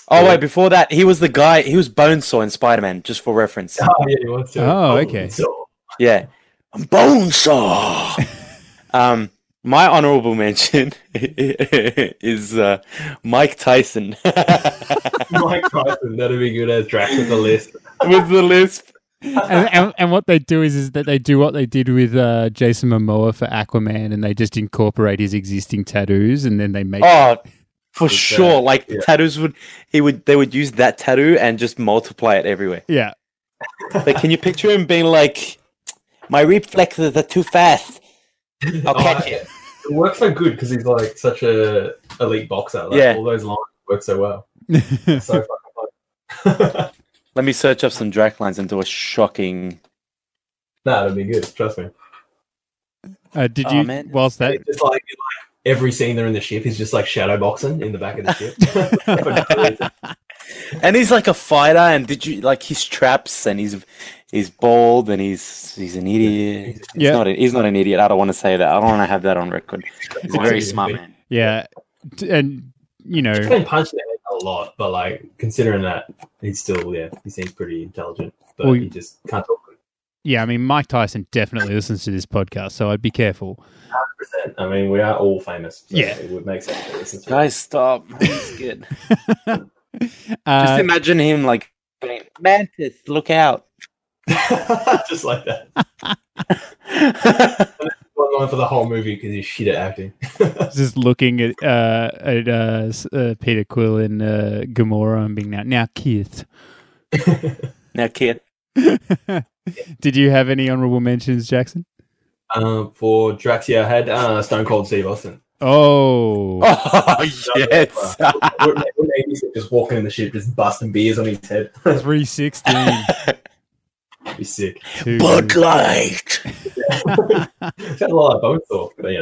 Speaker 2: Oh wait, before that, he was the guy. He was Bonesaw in Spider Man, just for reference.
Speaker 3: Oh, yeah, he was too.
Speaker 4: Oh, okay.
Speaker 3: So,
Speaker 2: Yeah, I'm Bonesaw. um, my honorable mention is uh, Mike Tyson
Speaker 3: Mike Tyson, that'd be good as Drax with the list.
Speaker 2: with the lisp.
Speaker 4: and, and, and what they do is, is that they do what they did with uh, Jason Momoa for Aquaman, and they just incorporate his existing tattoos, and then they make.
Speaker 2: Oh, for
Speaker 3: It's, uh,
Speaker 2: sure. like the
Speaker 3: yeah.
Speaker 2: tattoos would he would they would use that tattoo and just multiply it everywhere.
Speaker 4: Yeah,
Speaker 2: Like, can you picture him being like, my reflexes are too fast. I'll
Speaker 3: Oh,
Speaker 2: catch
Speaker 3: yeah.
Speaker 2: it.
Speaker 3: it works so good because he's like such a elite boxer. Like,
Speaker 2: Yeah.
Speaker 3: all those lines work so well. It's so fucking fun.
Speaker 2: Let me search up some Drac lines and do a shocking.
Speaker 3: nah, that'd be good. Trust me.
Speaker 4: Uh, did
Speaker 2: Aw,
Speaker 4: you,
Speaker 2: man.
Speaker 4: whilst that,
Speaker 3: It's just like, like every scene they're in the ship, he's just like shadow boxing in the back of the ship.
Speaker 2: And he's like a fighter, and did you like his traps? And he's he's bald, and he's he's an idiot. He's
Speaker 4: Yeah.
Speaker 2: not a, he's not an idiot. I don't want to say that. I don't want to have that on record. He's a very smart man.
Speaker 4: yeah, d- and you know,
Speaker 3: He's been punched in the head a lot, but like considering that, he's still yeah, he seems pretty intelligent, but
Speaker 4: Well,
Speaker 3: he just can't talk.
Speaker 4: yeah, I mean, Mike Tyson definitely listens to this podcast, so I'd be careful.
Speaker 3: percent. I mean, we are all famous. so
Speaker 4: Yeah.
Speaker 3: it would make sense. To listen to
Speaker 2: Guys, stop. He's good. Just
Speaker 4: Uh,
Speaker 2: imagine him like going, Mantis, look out.
Speaker 3: just like that.
Speaker 2: yeah,
Speaker 3: One line for the whole movie because he's shit at acting.
Speaker 4: just looking at uh, at uh, s- uh, Peter Quill and uh, Gamora and being now now Keith.
Speaker 2: kid.
Speaker 4: Did you have any honorable mentions, Jackson?
Speaker 3: Um, for Draxia, I had uh, Stone Cold Steve Austin.
Speaker 4: Oh,
Speaker 2: Oh, yes.
Speaker 3: yes. Wouldn't it- wouldn't it be just walking in the ship, just busting beers on his head. That'd
Speaker 4: 316.
Speaker 3: be sick.
Speaker 4: Two-
Speaker 2: Bud Light.
Speaker 3: He's got a lot of bone talk, but you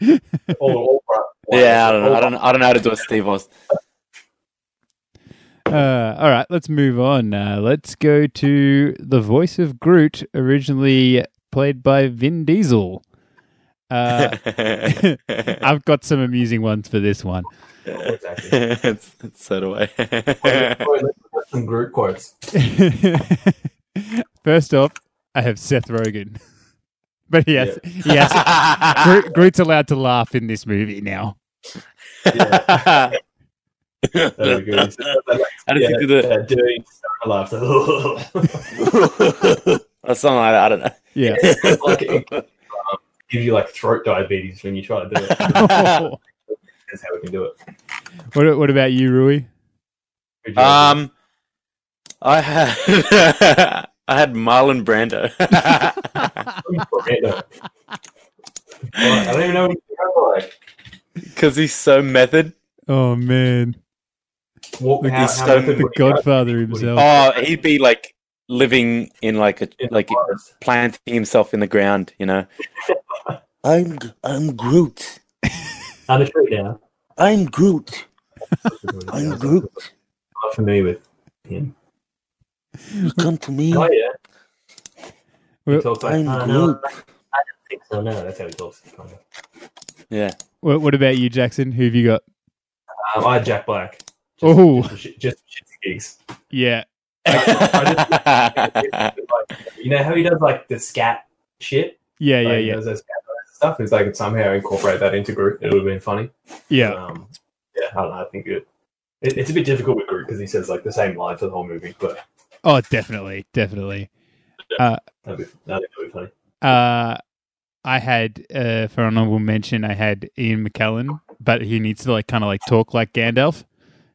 Speaker 3: know. All, all right.
Speaker 2: Yeah, I don't know. I don't, I don't know how to do a Steve Austin.
Speaker 4: Uh, all right, let's move on. Uh, let's go to the voice of Groot, originally played by Vin Diesel. Uh, I've got some amusing ones for this one.
Speaker 3: Exactly.
Speaker 2: so do I.
Speaker 3: Alright, let's look at Some group quotes.
Speaker 4: First off, I have Seth Rogen, but he has he has Groot, Groot's allowed to laugh in this movie now.
Speaker 3: That'd be good.
Speaker 2: How does he do
Speaker 3: yeah,
Speaker 2: the-
Speaker 3: that dirty stoner laugh.
Speaker 2: or something like that. I don't know.
Speaker 4: Yeah.
Speaker 3: It's like it gives you like throat diabetes when you try to do it.
Speaker 4: what,
Speaker 3: That's how we can do it.
Speaker 4: what about you, Rui?
Speaker 3: Good job.
Speaker 2: Um, I had I had Marlon Brando.
Speaker 3: Miranda. I don't even know what you sound like.
Speaker 2: Because he's so method.
Speaker 4: Oh man,
Speaker 3: What,
Speaker 4: Look,
Speaker 3: how,
Speaker 2: he's
Speaker 3: how
Speaker 2: so-
Speaker 3: method
Speaker 4: the
Speaker 3: would you
Speaker 4: Godfather himself.
Speaker 2: Oh, he'd be like living in like a
Speaker 3: go in
Speaker 2: like
Speaker 3: the forest?
Speaker 2: planting himself in the ground. You know. I'm I'm Groot.
Speaker 3: on a tree now.
Speaker 2: I'm Groot.
Speaker 3: I'm not familiar with him.
Speaker 2: You come to me.
Speaker 3: Oh yeah. He
Speaker 4: Well,
Speaker 3: talks like,
Speaker 2: I'm
Speaker 3: "Oh, no,
Speaker 2: Groot."
Speaker 3: I don't think so. No, that's how he talks. Kind of.
Speaker 2: Yeah.
Speaker 4: What, what about you, Jackson? Who have you got?
Speaker 3: Um, I had Jack Black. Just,
Speaker 4: Oh.
Speaker 3: just, for shit- just for shits and gigs.
Speaker 4: Yeah,
Speaker 3: Like, you know how he does like the scat shit.
Speaker 4: yeah,
Speaker 3: Like,
Speaker 4: yeah,
Speaker 3: he
Speaker 4: yeah,
Speaker 3: does those scat noise and stuff. It's like somehow incorporate that into group. It would have been funny.
Speaker 4: yeah.
Speaker 3: Um, yeah, I don't know. I think it, it it's a bit difficult with Groot because he says like the same line for the whole movie, but
Speaker 4: Oh, definitely, definitely.
Speaker 3: that'd be, that'd be funny.
Speaker 4: Uh, I had uh, for honorable mention, I had Ian McKellen, but he needs to like kind of like talk like Gandalf,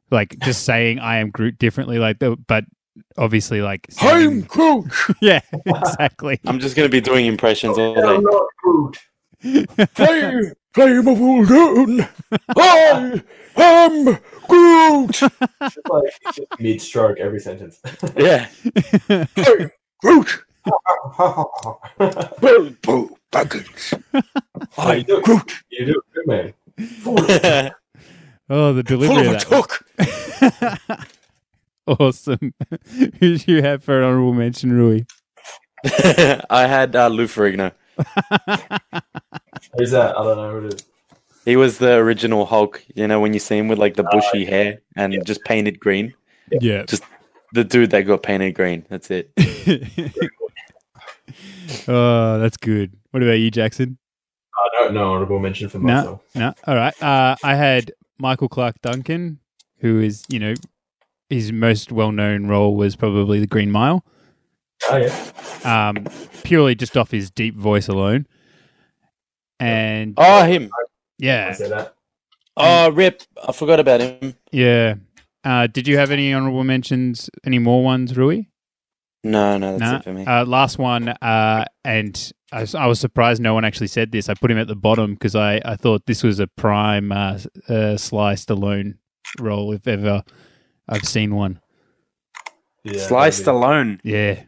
Speaker 4: like just saying "I am Groot" differently, like the, but obviously like saying-
Speaker 2: Groot.
Speaker 4: yeah, exactly.
Speaker 2: I'm just gonna be doing impressions all
Speaker 3: No,
Speaker 2: day.
Speaker 3: not Groot.
Speaker 2: Flame, flame of Uldoon. I am Groot.
Speaker 3: It's like it's just mid-stroke every sentence.
Speaker 2: Yeah. I'm Groot. Bilbo Baggins.
Speaker 3: I'm
Speaker 2: Groot.
Speaker 3: you do it, good man.
Speaker 4: oh, the delivery of that.
Speaker 2: hook.
Speaker 4: awesome. Who do you have for honorable mention, Rui?
Speaker 2: I had uh, Lou Ferrigno.
Speaker 3: Who's that? I don't know who it is.
Speaker 2: He was the original Hulk. You know when you see him with like the bushy hair and just painted green.
Speaker 4: Yeah.
Speaker 2: The dude that got painted green. That's it.
Speaker 4: oh, that's good. What about you, Jackson?
Speaker 3: I don't know honorable mention for
Speaker 4: No.
Speaker 3: myself.
Speaker 4: No. All right. Uh, I had Michael Clark Duncan, who is, you know, his most well known role was probably The Green Mile,
Speaker 3: Oh yeah.
Speaker 4: um, purely just off his deep voice alone. And
Speaker 2: Oh him.
Speaker 3: I
Speaker 4: yeah,
Speaker 3: said that.
Speaker 2: Oh Rip. I forgot about him.
Speaker 4: yeah. Uh, did you have any honorable mentions, any more ones, Rui?
Speaker 2: No, no, that's
Speaker 4: Nah.
Speaker 2: it for me.
Speaker 4: Uh, last one, uh, and I, was- I was surprised no one actually said this. I put him at the bottom because I, I thought this was a prime uh, s- uh, Sly Stallone role, if ever I've seen one.
Speaker 3: Yeah,
Speaker 2: Sliced
Speaker 3: that'd
Speaker 2: alone.
Speaker 4: Yeah.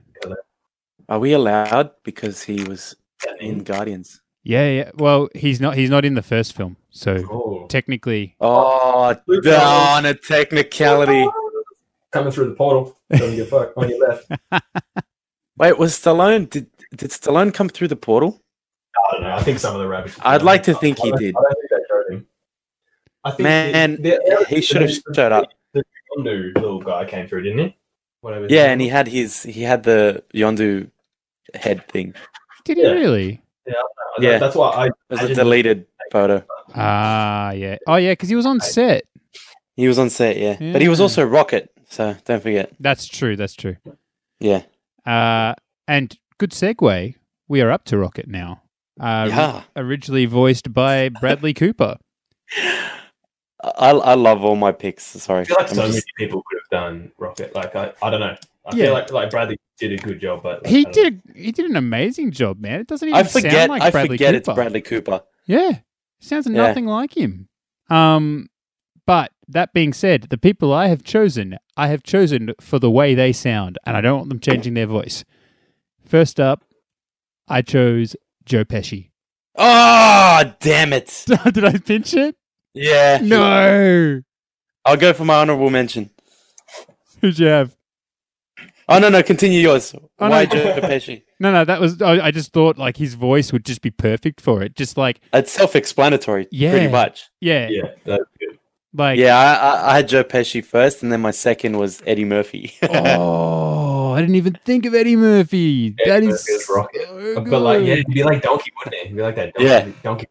Speaker 2: Are we allowed because he was in Guardians?
Speaker 4: Yeah, yeah. Well, he's not. He's not in the first film,
Speaker 3: be
Speaker 4: so
Speaker 3: cool.
Speaker 4: technically,
Speaker 2: Oh,
Speaker 3: Luke
Speaker 2: darn a technicality.
Speaker 3: Coming through the portal. Don't give a fuck. On your left.
Speaker 2: Wait, was Stallone? Did did Stallone come through the portal?
Speaker 3: I don't know. I think some of the rabbits.
Speaker 2: I'd like to think he
Speaker 3: I don't-
Speaker 2: did.
Speaker 3: I don't think they showed him. I think
Speaker 2: Man, he should have showed up.
Speaker 3: The Yondu little guy came through, didn't he? Whatever. his
Speaker 2: Yeah,
Speaker 3: name
Speaker 2: and he had his he had the Yondu head thing.
Speaker 4: did he
Speaker 3: Yeah.
Speaker 4: really?
Speaker 3: was.
Speaker 2: yeah.
Speaker 3: That's why I.
Speaker 2: It was
Speaker 3: I
Speaker 2: a
Speaker 3: didn't-
Speaker 2: deleted photo.
Speaker 4: Ah, yeah. Oh, yeah, because he was on
Speaker 3: I-
Speaker 4: set.
Speaker 2: He was on set, yeah. But he was
Speaker 4: Yeah.
Speaker 2: also Rocket, so don't forget.
Speaker 4: That's true. That's true.
Speaker 2: Yeah.
Speaker 4: Uh, and good segue. We are up to Rocket now. Uh,
Speaker 2: yeah.
Speaker 4: Originally voiced by Bradley Cooper.
Speaker 2: I, I love all my picks. Sorry.
Speaker 3: I feel like
Speaker 2: I'm
Speaker 3: so many
Speaker 2: just-
Speaker 3: people could have done Rocket. Like I, I don't know. I
Speaker 4: Yeah.
Speaker 3: feel like like Bradley did a good job, but like, I
Speaker 4: He
Speaker 3: don't know.
Speaker 4: did. A, he did an amazing job, man. It doesn't even
Speaker 2: I forget
Speaker 4: sound like
Speaker 2: I
Speaker 4: Bradley
Speaker 2: forget
Speaker 4: Cooper.
Speaker 2: it's Bradley Cooper.
Speaker 4: Yeah, sounds
Speaker 2: Yeah.
Speaker 4: nothing like him. Um, but that being said, the people I have chosen, I have chosen for the way they sound, and I don't want them changing their voice. First up, I chose Joe Pesci.
Speaker 2: Oh damn it.
Speaker 4: Did I pinch it?
Speaker 2: Yeah.
Speaker 4: No.
Speaker 2: I'll go for my honorable mention.
Speaker 4: Who'd you have?
Speaker 2: Oh no no, continue yours.
Speaker 4: Oh, no.
Speaker 2: Why Joe Pesci?
Speaker 4: No, no, that was. I, I just thought like his voice would just be perfect for it. Just like
Speaker 2: It's self-explanatory,
Speaker 4: Yeah.
Speaker 2: pretty much.
Speaker 4: yeah,
Speaker 3: Yeah, that's good.
Speaker 4: like
Speaker 2: Yeah, I, I, I had Joe Pesci first, and then my second was Eddie Murphy.
Speaker 4: Oh, I didn't even think of Eddie Murphy.
Speaker 3: Eddie
Speaker 4: that is
Speaker 3: Murphy is rocket.
Speaker 4: so
Speaker 3: But like, yeah,
Speaker 4: good.
Speaker 3: it'd be like Donkey, wouldn't it? It'd be like that. Donkey,
Speaker 2: Yeah.
Speaker 3: Donkey.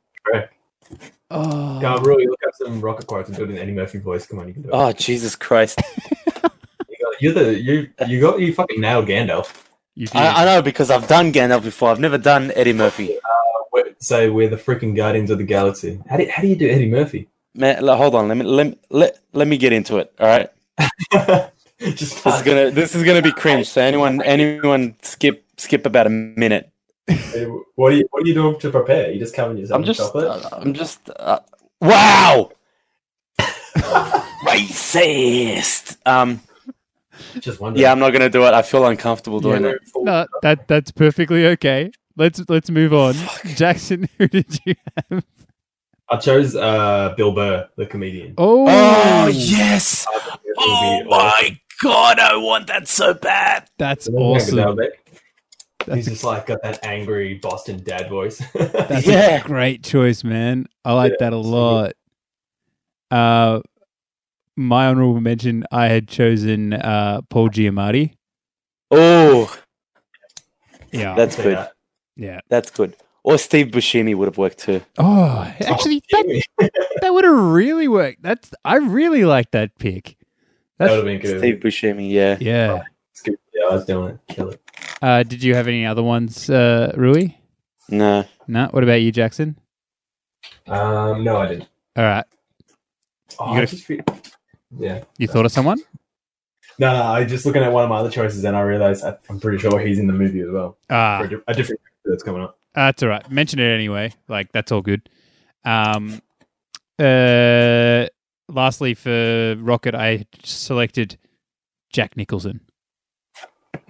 Speaker 4: Oh.
Speaker 3: Go really look up some Rocket quotes and do it in Eddie Murphy voice. Come on, you can do it.
Speaker 2: oh Jesus Christ!
Speaker 3: You got- You're the you you got you fucking nailed Gandalf.
Speaker 4: You did.
Speaker 2: I, I know because I've done Gandalf before. I've never done Eddie Murphy.
Speaker 3: We're- So we're the freaking Guardians of the Galaxy. How do, how do you do Eddie Murphy?
Speaker 2: Man, l- hold on, let me let, let let me get into it. All right,
Speaker 3: Just
Speaker 2: this is gonna this is gonna be cringe. So anyone anyone skip skip about a minute.
Speaker 3: what are you what are you doing to prepare? You just covering yourself
Speaker 2: I'm
Speaker 3: in
Speaker 2: just
Speaker 3: chocolate.
Speaker 2: uh, I'm just uh, wow racist. Um,
Speaker 3: just wondering.
Speaker 2: yeah, I'm not gonna do it. I feel uncomfortable doing it.
Speaker 4: No, that that's perfectly okay. Let's let's move on. Jackson, who did you?
Speaker 3: I chose uh, Bill Burr, the comedian.
Speaker 4: Oh,
Speaker 2: Oh yes!
Speaker 3: I think it would
Speaker 2: Oh
Speaker 3: be awesome.
Speaker 2: my god, I want that so bad.
Speaker 4: that's
Speaker 3: Isn't that
Speaker 4: awesome.
Speaker 3: Gandalf?
Speaker 4: That's
Speaker 3: He's
Speaker 4: a-
Speaker 3: just like got that angry Boston dad voice.
Speaker 4: That's a
Speaker 2: Yeah.
Speaker 4: great choice, man. I like
Speaker 3: Yeah,
Speaker 4: that a
Speaker 3: so good.
Speaker 4: lot. Uh, my honorable mention, I had chosen uh, Paul Giamatti.
Speaker 2: Oh,
Speaker 4: Yeah,
Speaker 2: that's
Speaker 3: Say
Speaker 2: good.
Speaker 3: that.
Speaker 4: yeah.
Speaker 2: That's good. Or Steve Buscemi would have worked too.
Speaker 4: Oh, actually, that,
Speaker 3: Excuse me.
Speaker 4: that would have really worked. That's I really like that pick.
Speaker 3: that
Speaker 4: That's
Speaker 3: would have been good.
Speaker 2: Steve Buscemi, yeah.
Speaker 4: yeah.
Speaker 3: Excuse me, Yeah, I was doing it. Kill it.
Speaker 4: Uh, did you have any other ones, uh, Rui?
Speaker 2: No.
Speaker 4: No. What about you, Jackson?
Speaker 3: Um, no, I didn't.
Speaker 4: All right,
Speaker 3: Oh,
Speaker 4: You gotta-
Speaker 3: I just feel- Yeah.
Speaker 4: you thought of someone.
Speaker 3: No, no, I was just looking at one of my other choices and I realized I, I'm pretty sure he's in the movie as well.
Speaker 4: Ah,
Speaker 3: for a, di- a different character that's coming up.
Speaker 4: that's all right. Mention it anyway. Like that's all good. Um, uh, lastly for Rocket, I selected Jack Nicholson.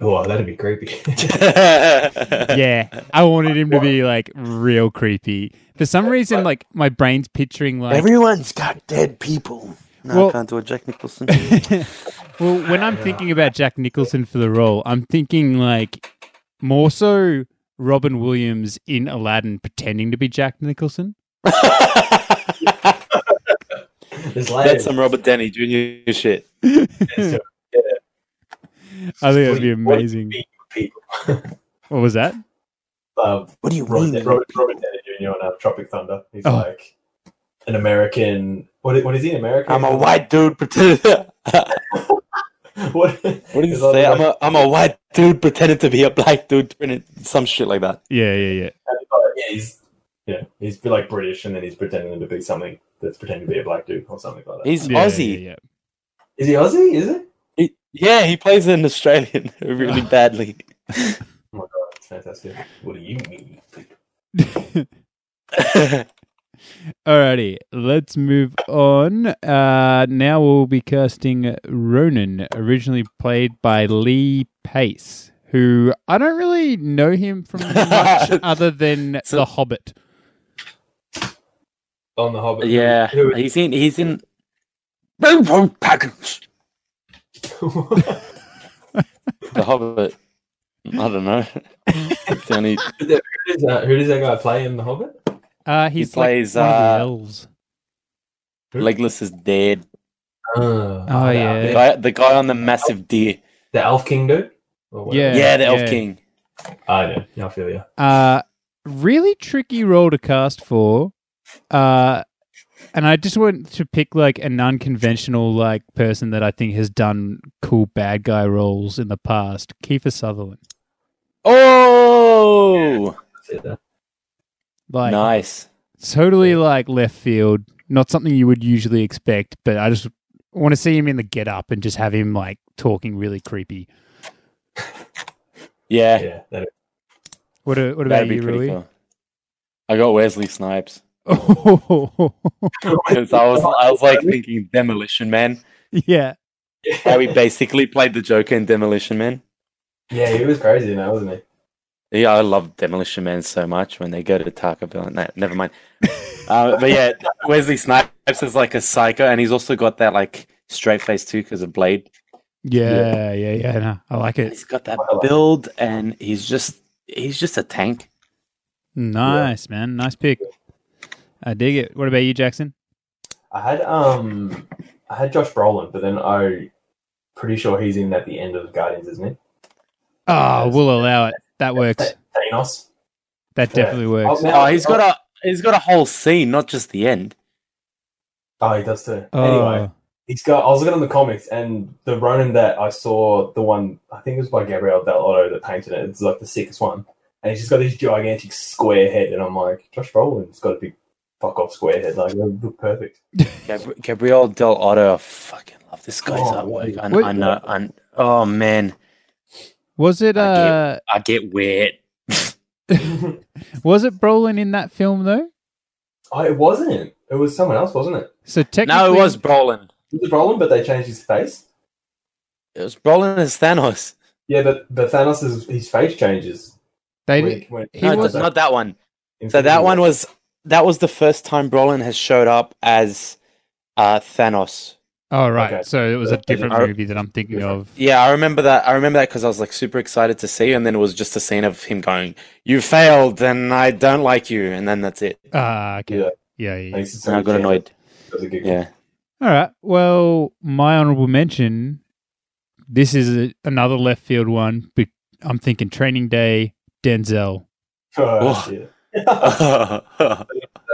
Speaker 3: Oh, that'd be creepy.
Speaker 2: yeah.
Speaker 4: Yeah, I wanted him to be like real creepy. For some reason, like my brain's picturing like.
Speaker 2: Everyone's got dead people. No,
Speaker 4: Well-
Speaker 2: I can't do a Jack Nicholson.
Speaker 4: well, when I'm
Speaker 3: Yeah.
Speaker 4: thinking about Jack Nicholson for the role, I'm thinking like more so Robin Williams in Aladdin pretending to be Jack Nicholson.
Speaker 2: That's
Speaker 3: There's layers.
Speaker 2: some Robert Denny Jr. shit.
Speaker 3: There's
Speaker 4: I think that'd be
Speaker 3: What- what do you
Speaker 4: amazing.
Speaker 3: mean,
Speaker 4: What was that?
Speaker 3: um,
Speaker 2: What do you
Speaker 3: Robert, Robert, Robert Downey Jr. on uh, Tropic Thunder. He's
Speaker 4: Oh.
Speaker 3: like an American. What? i- What is he? An American?
Speaker 2: I'm a white dude pretending. what
Speaker 3: What?
Speaker 2: did you say? I'm a, I'm a white dude pretending to be a black dude. pretending- Some shit like that.
Speaker 4: Yeah, yeah, yeah.
Speaker 3: yeah, he's yeah, he's be like British, and then he's pretending to be something that's pretending to be a black dude or something like that.
Speaker 2: He's
Speaker 4: Yeah,
Speaker 2: Aussie.
Speaker 4: Yeah, yeah.
Speaker 3: Is he Aussie? Is it?
Speaker 2: He- Yeah, he plays an Australian really badly.
Speaker 3: Oh my god, it's fantastic. What do you mean?
Speaker 4: Alrighty, let's move on. Uh, now we'll be casting Ronan, originally played by Lee Pace, who I don't really know him from much other than
Speaker 2: So-
Speaker 4: The Hobbit.
Speaker 3: On the Hobbit.
Speaker 2: yeah,
Speaker 3: Who-
Speaker 2: he's in. He's in. Bilbo Baggins, The Hobbit. I don't know. It's the only-
Speaker 3: who, does that, who does that guy play in the Hobbit?
Speaker 4: Uh, he's
Speaker 2: plays,
Speaker 4: like one of
Speaker 2: uh,
Speaker 4: the elves.
Speaker 2: Legolas is dead.
Speaker 3: Uh,
Speaker 4: Oh,
Speaker 3: the-
Speaker 4: yeah.
Speaker 2: The
Speaker 3: the,
Speaker 2: guy, the guy on the massive deer.
Speaker 3: the Elf King dude. Or
Speaker 2: Yeah,
Speaker 3: whatever.
Speaker 4: Yeah,
Speaker 2: the Elf
Speaker 4: yeah.
Speaker 2: King.
Speaker 3: I know. Yeah, I feel you.
Speaker 4: Uh, really tricky role to cast for. Uh, and I just want to pick like an unconventional like person that I think has done cool bad guy roles in the past. Kiefer Sutherland.
Speaker 2: Oh,
Speaker 3: See that.
Speaker 4: Like
Speaker 2: nice.
Speaker 4: totally like left field. Not something you would usually expect, but I just want to see him in the get up and just have him like talking really creepy.
Speaker 2: Yeah,
Speaker 3: Yeah, that
Speaker 4: What, a, what about
Speaker 2: that'd be
Speaker 4: you,
Speaker 2: pretty
Speaker 4: Rui?
Speaker 2: cool. I got Wesley Snipes.
Speaker 4: Oh,
Speaker 2: Because I was, I was like thinking Demolition Man.
Speaker 4: yeah.
Speaker 2: How he basically played the Joker in Demolition Man.
Speaker 3: yeah, he was crazy in that, wasn't he?
Speaker 2: Yeah, I love Demolition Man so much when they go to Taco Bell. No, never mind. uh, but yeah, Wesley Snipes is like a psycho, and he's also got that like straight face too because of Blade.
Speaker 4: Yeah, yeah, yeah. No, I like it.
Speaker 2: He's got that build, and he's just he's just a tank.
Speaker 4: Nice, man. Nice pick. I dig it. What about you, Jackson?
Speaker 3: I had um, I had Josh Brolin, but then I, pretty sure he's in at the end of Guardians, isn't he?
Speaker 4: Oh, we'll allow it. That works.
Speaker 3: Thanos.
Speaker 4: That
Speaker 3: Yeah.
Speaker 4: definitely works.
Speaker 3: now-
Speaker 2: Oh, he's got a he's got a whole scene, not just the end.
Speaker 3: Oh, he does too. Anyway,
Speaker 4: Oh,
Speaker 3: he's got. I was looking on the comics, and the Ronin that I saw, the one I think it was by Gabriel Del Otto that painted it. It's like the sickest one, and he's just got this gigantic square head, and I'm like, Josh Brolin's got a big fuck off square head. Like, it would look perfect.
Speaker 2: Gab- Gabriel Del Otto, I fucking love this guy's
Speaker 3: Oh,
Speaker 2: artwork. I,
Speaker 4: wait.
Speaker 2: I know. I, oh man,
Speaker 4: was it uh
Speaker 2: I I get wet.
Speaker 4: was it Brolin in that film though?
Speaker 3: oh, it wasn't. It was someone else, wasn't it?
Speaker 4: So technically,
Speaker 2: No, it was Brolin.
Speaker 3: It was Brolin, but they changed his face.
Speaker 2: It was Brolin as Thanos.
Speaker 3: Yeah, but but Thanos' his face changes.
Speaker 4: They
Speaker 3: when-
Speaker 4: did,
Speaker 3: when-
Speaker 4: he
Speaker 2: No,
Speaker 4: was-
Speaker 2: not that one. So that one was that was the first time Brolin has showed up as uh, Thanos.
Speaker 4: oh right.
Speaker 3: Okay.
Speaker 4: So it was a
Speaker 3: Uh,
Speaker 4: different
Speaker 2: I-
Speaker 4: movie that I'm thinking of.
Speaker 2: Yeah, I remember that. I remember that because I was like super excited to see, and then it was just a scene of him going, "You failed, and I don't like you," and then that's it.
Speaker 4: Ah, okay.
Speaker 3: Yeah.
Speaker 4: Yeah, yeah. yeah.
Speaker 2: And I got annoyed.
Speaker 3: Yeah.
Speaker 2: Yeah,
Speaker 4: All right. Well, my honorable mention. This is a, another left field one. But I'm thinking Training Day, Denzel.
Speaker 3: Oh,
Speaker 2: Oh.
Speaker 3: shit.
Speaker 2: all
Speaker 3: That'd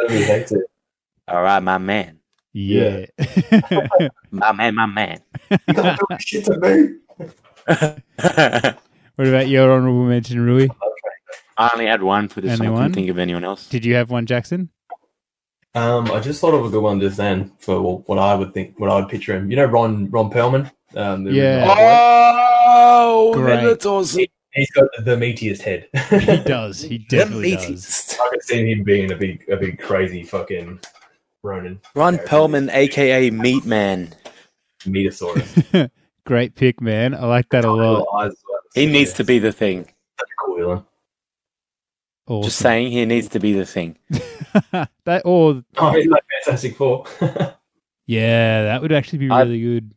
Speaker 3: be hectic.
Speaker 2: right, my man,
Speaker 4: Yeah.
Speaker 2: my man, my man.
Speaker 3: You can't do shit to me.
Speaker 2: I
Speaker 4: what about your honorable mention, Rui?
Speaker 2: only had one for this.
Speaker 4: Only
Speaker 2: one. I
Speaker 4: one?
Speaker 2: couldn't think of anyone else.
Speaker 4: Did you have one, Jackson?
Speaker 3: Um, I just thought of a good one just then for well, what I would think, what I would picture him. You know, Ron Ron Perlman. Um, the
Speaker 4: Yeah.
Speaker 3: original Hellboy?
Speaker 2: Oh,
Speaker 4: Great.
Speaker 2: that's awesome.
Speaker 3: he's got the meatiest head.
Speaker 4: He does. He definitely does.
Speaker 3: I could see him being a big, a big crazy fucking Ronin
Speaker 2: Ron
Speaker 3: Yeah,
Speaker 2: Perlman, aka Meat Man.
Speaker 3: Metasaurus.
Speaker 4: Great pick, man. I like
Speaker 2: Oh,
Speaker 4: that a lot.
Speaker 3: Little eyes as well.
Speaker 2: He needs to be the thing.
Speaker 3: That's a cool villain.
Speaker 4: Awesome.
Speaker 2: Just saying, he needs to be the thing.
Speaker 4: that or
Speaker 3: Oh, he's like Fantastic Four. That's
Speaker 4: yeah, that would actually be
Speaker 2: I-
Speaker 4: really good.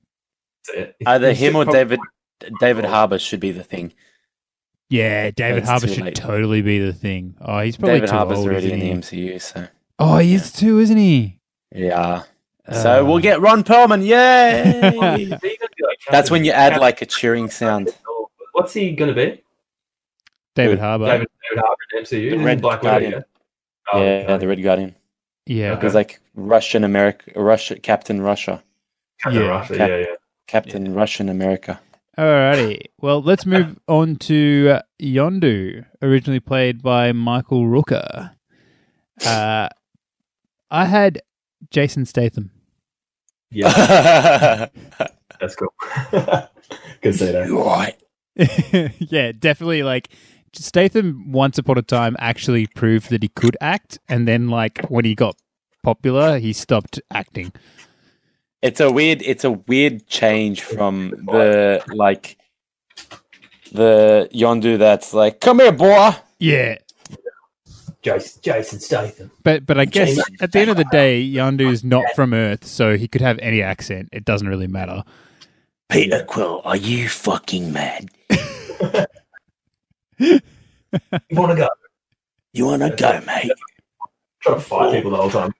Speaker 3: it.
Speaker 2: Either
Speaker 3: He's
Speaker 2: him or
Speaker 3: probably-
Speaker 2: David
Speaker 4: Oh.
Speaker 2: David Harbour should be the thing.
Speaker 4: Yeah, David
Speaker 2: That's
Speaker 4: Harbour
Speaker 2: too
Speaker 4: should
Speaker 2: late.
Speaker 4: totally be the thing. Oh, he's probably
Speaker 2: David
Speaker 4: too
Speaker 2: Harbour's
Speaker 4: old,
Speaker 2: already
Speaker 4: isn't
Speaker 2: in the
Speaker 4: he?
Speaker 2: MCU, so
Speaker 4: Oh, he is too, isn't he?
Speaker 2: yeah.
Speaker 4: Uh,
Speaker 2: so we'll get Ron Perlman. Yay!
Speaker 3: He's gonna be like
Speaker 2: That's when you add
Speaker 3: Captain-
Speaker 2: like a cheering sound.
Speaker 3: What's he gonna be?
Speaker 4: David
Speaker 2: David-
Speaker 4: Harbour.
Speaker 3: David, David Harbour in MCU.
Speaker 2: The
Speaker 3: He's uh,
Speaker 2: Red
Speaker 3: in Black
Speaker 2: Guardian.
Speaker 3: Widow.
Speaker 2: Yeah,
Speaker 3: Oh, okay.
Speaker 2: the Red Guardian.
Speaker 4: yeah,
Speaker 3: Okay.
Speaker 2: He's like Russian America, Russia, Captain Russia,
Speaker 3: Captain
Speaker 4: Yeah.
Speaker 3: Russia,
Speaker 2: Cap-
Speaker 3: yeah, yeah.
Speaker 2: Captain Russian America.
Speaker 4: Alrighty. Well, let's move on to uh, Yondu, originally played by Michael Rooker. Uh, I had Jason Statham.
Speaker 3: Yeah, That's cool. Because they don't.
Speaker 2: Right.
Speaker 4: yeah, definitely. Like Statham, once upon a time, actually proved that he could act, and then like when he got popular, he stopped acting.
Speaker 2: It's a weird. It's a weird change from the like the Yondu that's like, come here, boy.
Speaker 4: Yeah,
Speaker 3: Jason, Jason Statham.
Speaker 4: but but I guess
Speaker 2: Jason
Speaker 4: at the end of the day, Yandu's not from Earth, so he could have any accent. It doesn't really matter.
Speaker 2: Peter Quill, are you fucking mad?
Speaker 3: You want to go?
Speaker 2: You wanna
Speaker 3: go,
Speaker 2: mate?
Speaker 3: Try to fight people the whole time.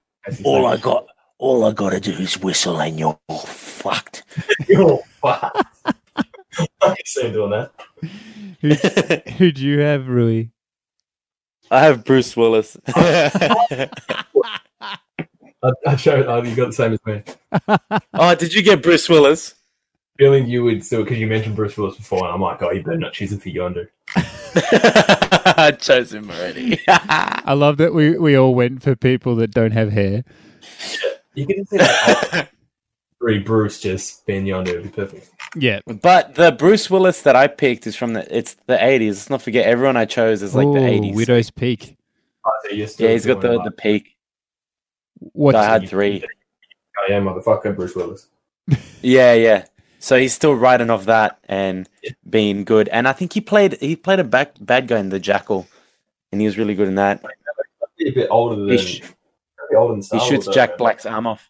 Speaker 2: got, all I gotta do is whistle, and you're all fucked.
Speaker 3: You're fucked. I can see him doing that.
Speaker 4: Who who do you have, Rui?
Speaker 2: I have Bruce Willis.
Speaker 3: I, I showed. I, you got the same as me.
Speaker 2: oh, did you get Bruce Willis?
Speaker 3: Feeling you would still because you mentioned Bruce Willis before, and I'm like, oh, you better not choose him for Yondu.
Speaker 2: I chose him already.
Speaker 4: I love that we we all went for people that don't have hair.
Speaker 3: You can see that. Three Bruce just Ben Yondu would be perfect.
Speaker 4: Yeah,
Speaker 2: but the Bruce Willis that I picked is from the it's the eighties. Let's not forget everyone I chose is like the
Speaker 4: Ooh,
Speaker 2: eighties.
Speaker 4: Widow's Peak.
Speaker 3: Oh, so you're still
Speaker 2: Yeah, he's got
Speaker 3: doing
Speaker 2: the,
Speaker 3: like,
Speaker 2: the peak.
Speaker 4: What's
Speaker 2: Die Hard three.
Speaker 3: Oh yeah, motherfucker, Bruce Willis.
Speaker 2: Yeah, yeah. So he's still riding off that and being good. And I think he played he played a back, bad guy in the Jackal, and he was really good in that.
Speaker 3: A bit older than.
Speaker 2: He, sh-
Speaker 3: a bit older than Star
Speaker 2: he
Speaker 3: Wars,
Speaker 2: shoots
Speaker 3: though.
Speaker 2: Jack Black's arm off.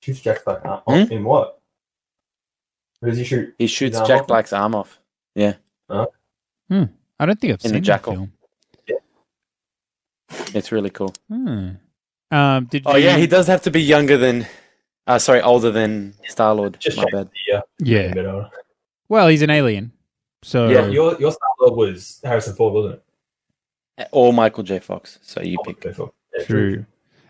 Speaker 3: Shoots Jack Black. uh,
Speaker 2: Hmm?
Speaker 3: In what? Who does he shoot?
Speaker 2: He shoots
Speaker 3: arm
Speaker 2: Jack
Speaker 3: off?
Speaker 2: Black's arm off.
Speaker 4: I don't think I've
Speaker 2: In
Speaker 4: seen
Speaker 2: the
Speaker 4: that
Speaker 2: Jackal.
Speaker 4: film.
Speaker 2: It's really cool.
Speaker 4: Hmm. Um, did
Speaker 2: Oh
Speaker 4: you-
Speaker 2: yeah, he does have to be younger than, uh, sorry, older than Star Lord.
Speaker 3: Just
Speaker 2: My
Speaker 3: check
Speaker 2: bad.
Speaker 3: the. Uh,
Speaker 4: yeah.
Speaker 3: bit older.
Speaker 4: Well, he's an alien, so
Speaker 2: Yeah,
Speaker 3: Your your Star Lord was Harrison Ford, wasn't it?
Speaker 2: Or Michael J. Fox. So you pick.
Speaker 3: Yeah,
Speaker 4: true.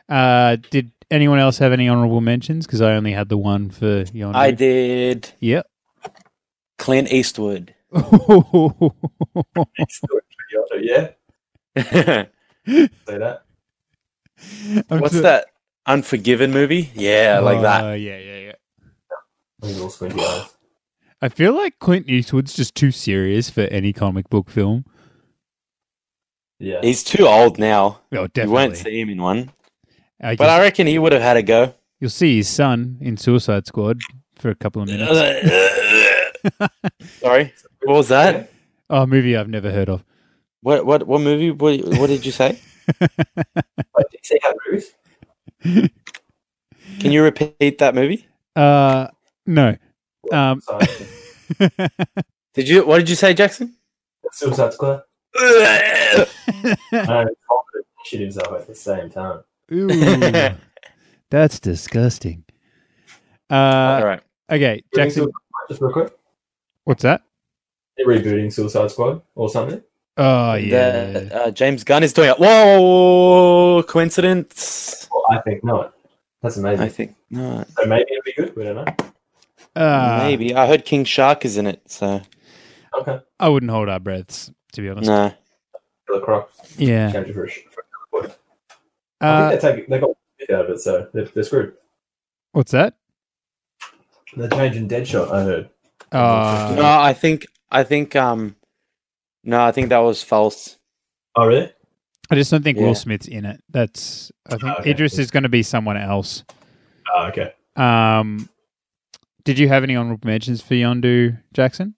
Speaker 4: Uh, did anyone else have any honorable mentions? Because I only had the one for Yondu.
Speaker 2: I did
Speaker 4: Yep.
Speaker 2: Clint Eastwood.
Speaker 4: I'm
Speaker 3: Yeah,
Speaker 2: What's
Speaker 3: say that.
Speaker 4: so-
Speaker 2: that Unforgiven movie? Yeah, I like that.
Speaker 4: Uh, yeah, yeah, yeah.
Speaker 3: Those little squinty eyes.
Speaker 4: I feel like Clint Eastwood's just too serious for any comic book film. Oh,
Speaker 3: Yeah.
Speaker 2: He's too old now.
Speaker 4: Oh,
Speaker 2: You won't
Speaker 4: definitely.
Speaker 2: see him in one.
Speaker 4: I
Speaker 2: But
Speaker 4: guess
Speaker 2: I reckon he would have had a go.
Speaker 4: you'll see his son in Suicide Squad for a couple of minutes.
Speaker 2: sorry, what was that?
Speaker 4: Oh, a movie I've never heard of.
Speaker 2: What what what movie? What, what did you say?
Speaker 3: Wait, did you see how Bruce?
Speaker 2: Can you repeat that movie?
Speaker 4: Uh, no. Um,
Speaker 3: Sorry.
Speaker 2: Did you? What did you say, Jackson?
Speaker 3: Suicide Squad. No, he vomited and shit himself at the same time.
Speaker 4: Ooh, that's disgusting. Uh,
Speaker 2: All right.
Speaker 4: okay, Jackson.
Speaker 3: Just real quick.
Speaker 4: What's that?
Speaker 3: They're rebooting Suicide Squad or something.
Speaker 4: Oh
Speaker 2: The-
Speaker 4: yeah.
Speaker 2: uh, James Gunn is doing it. Whoa! Coincidence?
Speaker 3: Well, I think not. That's amazing.
Speaker 2: I think not.
Speaker 3: So maybe it'll be good. We don't know.
Speaker 4: Uh,
Speaker 2: Maybe I heard King Shark is in it. So
Speaker 3: Okay.
Speaker 4: I wouldn't hold our breaths to be honest.
Speaker 2: no.
Speaker 3: Killer Croc.
Speaker 4: Yeah.
Speaker 3: Change it for a sh- for a Killer Croc. I
Speaker 4: Uh,
Speaker 3: think they take they got it out of it, so they're, they're screwed.
Speaker 4: what's that?
Speaker 3: They're changing Deadshot. I heard.
Speaker 2: No,
Speaker 4: Uh,
Speaker 2: I think I think um, no, I think that was false.
Speaker 3: Oh really?
Speaker 4: I just don't think
Speaker 2: Yeah.
Speaker 4: Will Smith's in it. That's I think
Speaker 3: Okay.
Speaker 4: Idris is going to be someone else.
Speaker 3: Oh, okay.
Speaker 4: Um, did you have any honorable mentions for Yondu Jackson?